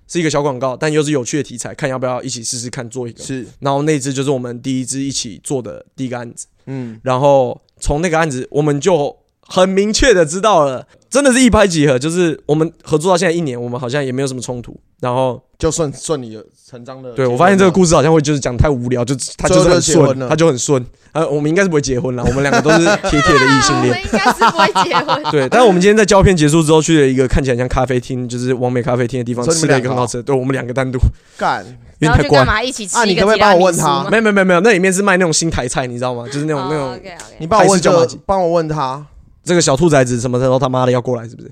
Speaker 1: 是一个小广告，但又是有趣的题材，看要不要一起试试看做一个。
Speaker 2: 是，
Speaker 1: 然后那支就是我们第一支一起做的第一个案子，
Speaker 2: 嗯，
Speaker 1: 然后从那个案子，我们就很明确的知道了，真的是一拍即合，就是我们合作到现在一年，我们好像也没有什么冲突。然后
Speaker 2: 就顺顺理成章的。
Speaker 1: 对我发现这个故事好像会就是讲太无聊，就他就是很
Speaker 2: 最后就结婚
Speaker 1: 顺，
Speaker 2: 了
Speaker 1: 他就很顺。呃，我们应该是不会结婚了，我们两个都是铁铁的异性
Speaker 3: 我
Speaker 1: 恋。。
Speaker 3: 们应该是不会结婚
Speaker 1: 对，但是我们今天在胶片结束之后，去了一个看起来像咖啡厅，就是完美咖啡厅的地方，
Speaker 2: 所以你
Speaker 1: 吃
Speaker 2: 们
Speaker 1: 了一个
Speaker 2: 两个哦
Speaker 1: 很好吃的。对，我们两个单独，
Speaker 2: 干，
Speaker 1: 因
Speaker 3: 然
Speaker 1: 为
Speaker 3: 后
Speaker 1: 太
Speaker 3: 去
Speaker 1: 怪
Speaker 3: 干。嘛一起吃
Speaker 2: 啊
Speaker 3: 一
Speaker 2: 你
Speaker 3: 个
Speaker 2: 可不可以
Speaker 3: 提拉
Speaker 2: 帮我
Speaker 3: 米
Speaker 2: 问
Speaker 3: 苏
Speaker 2: 他
Speaker 3: 吗？
Speaker 1: 没有没有没有没有，那里面是卖那种新台菜，你知道吗？就是那种、那种
Speaker 3: 哦 OK OK，
Speaker 2: 你帮我
Speaker 1: 还
Speaker 2: 问
Speaker 1: 是椒麻
Speaker 2: 这
Speaker 1: 鸡，
Speaker 2: 帮我问他。
Speaker 1: 这个小兔崽子什么时候他妈的要过来，是不是？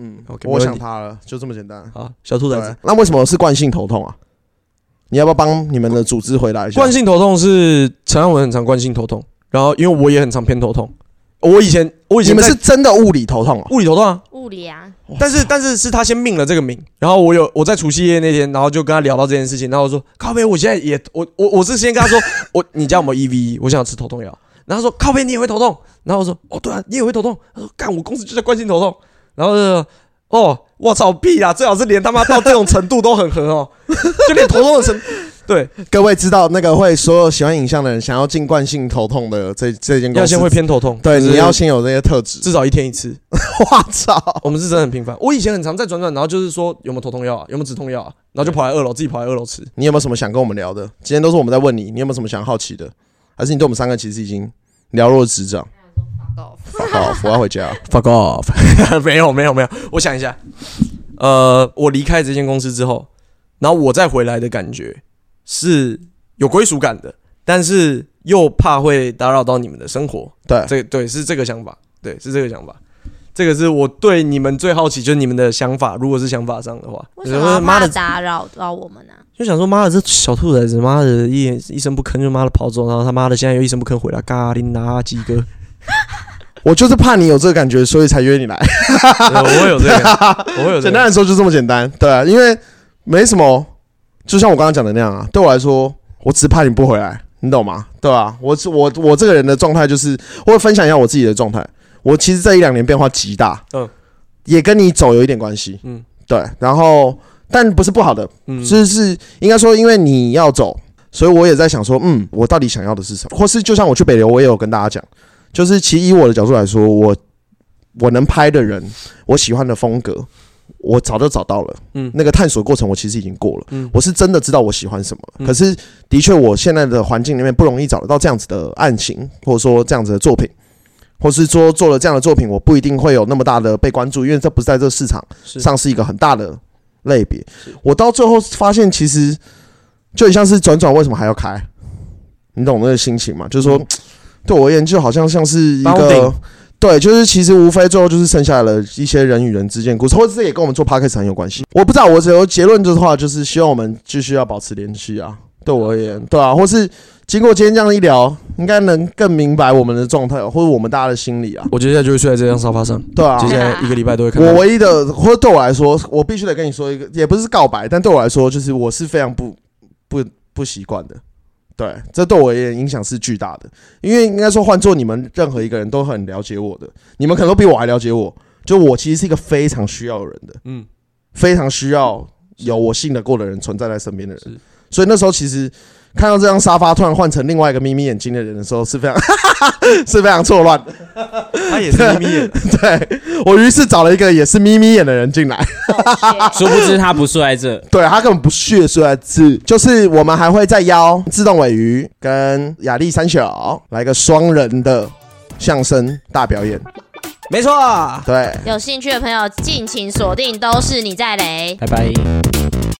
Speaker 2: 嗯
Speaker 1: OK，没
Speaker 2: 我
Speaker 1: 问
Speaker 2: 想
Speaker 1: 题
Speaker 2: 他了，就这么简单。
Speaker 1: 好，小兔崽子
Speaker 2: 对。，那为什么是惯性头痛啊？你要不要帮你们的组织回答一下？
Speaker 1: 惯性头痛是陈汉文很常惯性头痛，然后因为我也很常偏头痛。我以前我以
Speaker 2: 你
Speaker 1: 前
Speaker 2: 们
Speaker 1: 在
Speaker 2: 是真的物理头痛哦？
Speaker 1: 物理头痛啊，
Speaker 3: 物理啊，
Speaker 1: 但是但是是他先命了这个名，然后我有我在除夕夜那天，然后就跟他聊到这件事情，然后我说靠背，我现在也我我我是先跟他说 我你家有没有 EV，我想吃头痛药，然后他说靠背你也会头痛，然后我说哦对啊你也会头痛，他说干我公司就在关心头痛，然后就说哦我操屁啦，最好是连他妈到这种程度都很合哦， 就连头痛的程对
Speaker 2: 各位知道那个会所有喜欢影像的人想要进惯性头痛的这这间公司，
Speaker 1: 要先会偏头痛，
Speaker 2: 对，
Speaker 1: 就是
Speaker 2: 你要先有这些特质。
Speaker 1: 至少一天一次，
Speaker 2: 我操！
Speaker 1: 我们是真的很频繁，我以前很常在转转，然后就是说有没有头痛药啊，有没有止痛药啊，然后就跑来二楼自己跑来二楼吃。
Speaker 2: 你有没有什么想跟我们聊的？今天都是我们在问你，你有没有什么想好奇的？还是你对我们三个其实已经了若指掌？好，我要回家。
Speaker 1: Fuck off！没 有没有没有，我想一下，呃，我离开这间公司之后，然后我再回来的感觉是有归属感的，但是又怕会打扰到你们的生活。
Speaker 2: 对，
Speaker 1: 这对是这个想法，对是这个想法。这个是我对你们最好奇，就是你们的想法。如果是想法上的话，
Speaker 3: 为什
Speaker 1: 就是
Speaker 3: 么
Speaker 1: 说妈
Speaker 3: 妈
Speaker 1: 的，
Speaker 3: 打扰到我们呢、啊？
Speaker 1: 就想说妈的，这小兔崽子，妈的一一声不吭就妈的跑走，然后他妈的现在又一声不吭回来，嘎铃拿鸡哥，
Speaker 2: 我就是怕你有这个感觉，所以才约你来。
Speaker 1: 对我会有这个感觉，我会 有这个感觉
Speaker 2: 简单来说就这么简单，对啊，因为没什么，就像我刚刚讲的那样啊，对我来说，我只怕你不回来，你懂吗？对吧、我是我我这个人的状态就是，我会分享一下我自己的状态。我其实这一两年变化极大，
Speaker 1: 嗯
Speaker 2: 嗯，也跟你走有一点关系，
Speaker 1: 嗯
Speaker 2: 嗯，对。然后，但不是不好的，
Speaker 1: 嗯
Speaker 2: 就是应该说，因为你要走，所以我也在想说，嗯，我到底想要的是什么？或是就像我去北流，我也有跟大家讲，就是其实以我的角度来说，我我能拍的人，我喜欢的风格，我早就找到了。嗯，那个探索过程我其实已经过了。嗯，我是真的知道我喜欢什么了。可是的确，我现在的环境里面不容易找得到这样子的案型，或者说这样子的作品。或是说做了这样的作品，我不一定会有那么大的被关注，因为这不是在这市场
Speaker 1: 是
Speaker 2: 上是一个很大的类别。我到最后发现，其实就很像是转转为什么还要开，你懂那个心情吗？就是说，对我而言，就好像像是一个
Speaker 1: 嗯 Bounding
Speaker 2: 对，就是其实无非最后就是剩下了一些人与人之间的故事，或者这也跟我们做 podcast 很有关系。我不知道，我只有结论的话，就是希望我们继续要保持联系啊。对我而言，对啊，或是经过今天这样一聊，应该能更明白我们的状态，或者我们大家的心理啊。
Speaker 1: 我接下来就会睡在这张沙发上，
Speaker 2: 对啊，
Speaker 1: 接下来一个礼拜都会看到
Speaker 2: 我唯一的，或者对我来说，我必须得跟你说一个，也不是告白，但对我来说，就是我是非常不不不习惯的。对，这对我而言影响是巨大的，因为应该说换做你们任何一个人都很了解我的，你们可能都比我还了解我。就我其实是一个非常需要人的，
Speaker 1: 嗯
Speaker 2: 嗯，非常需要有我信得过的人存在在身边的人
Speaker 1: 是。
Speaker 2: 所以那时候其实看到这张沙发突然换成另外一个眯眯眼睛的人的时候，是非常 是非常错乱的。
Speaker 1: 他也是眯眯眼，
Speaker 2: 对我于是找了一个也是眯眯眼的人进来，
Speaker 4: 殊不知他不睡在这，
Speaker 2: 对啊他根本不屑说在字，就是我们还会再邀自动尾鱼跟雅丽三小来个双人的相声大表演，
Speaker 1: 没错。啊
Speaker 2: 对。
Speaker 3: 有兴趣的朋友尽情锁定，都是你在雷。
Speaker 4: 拜拜。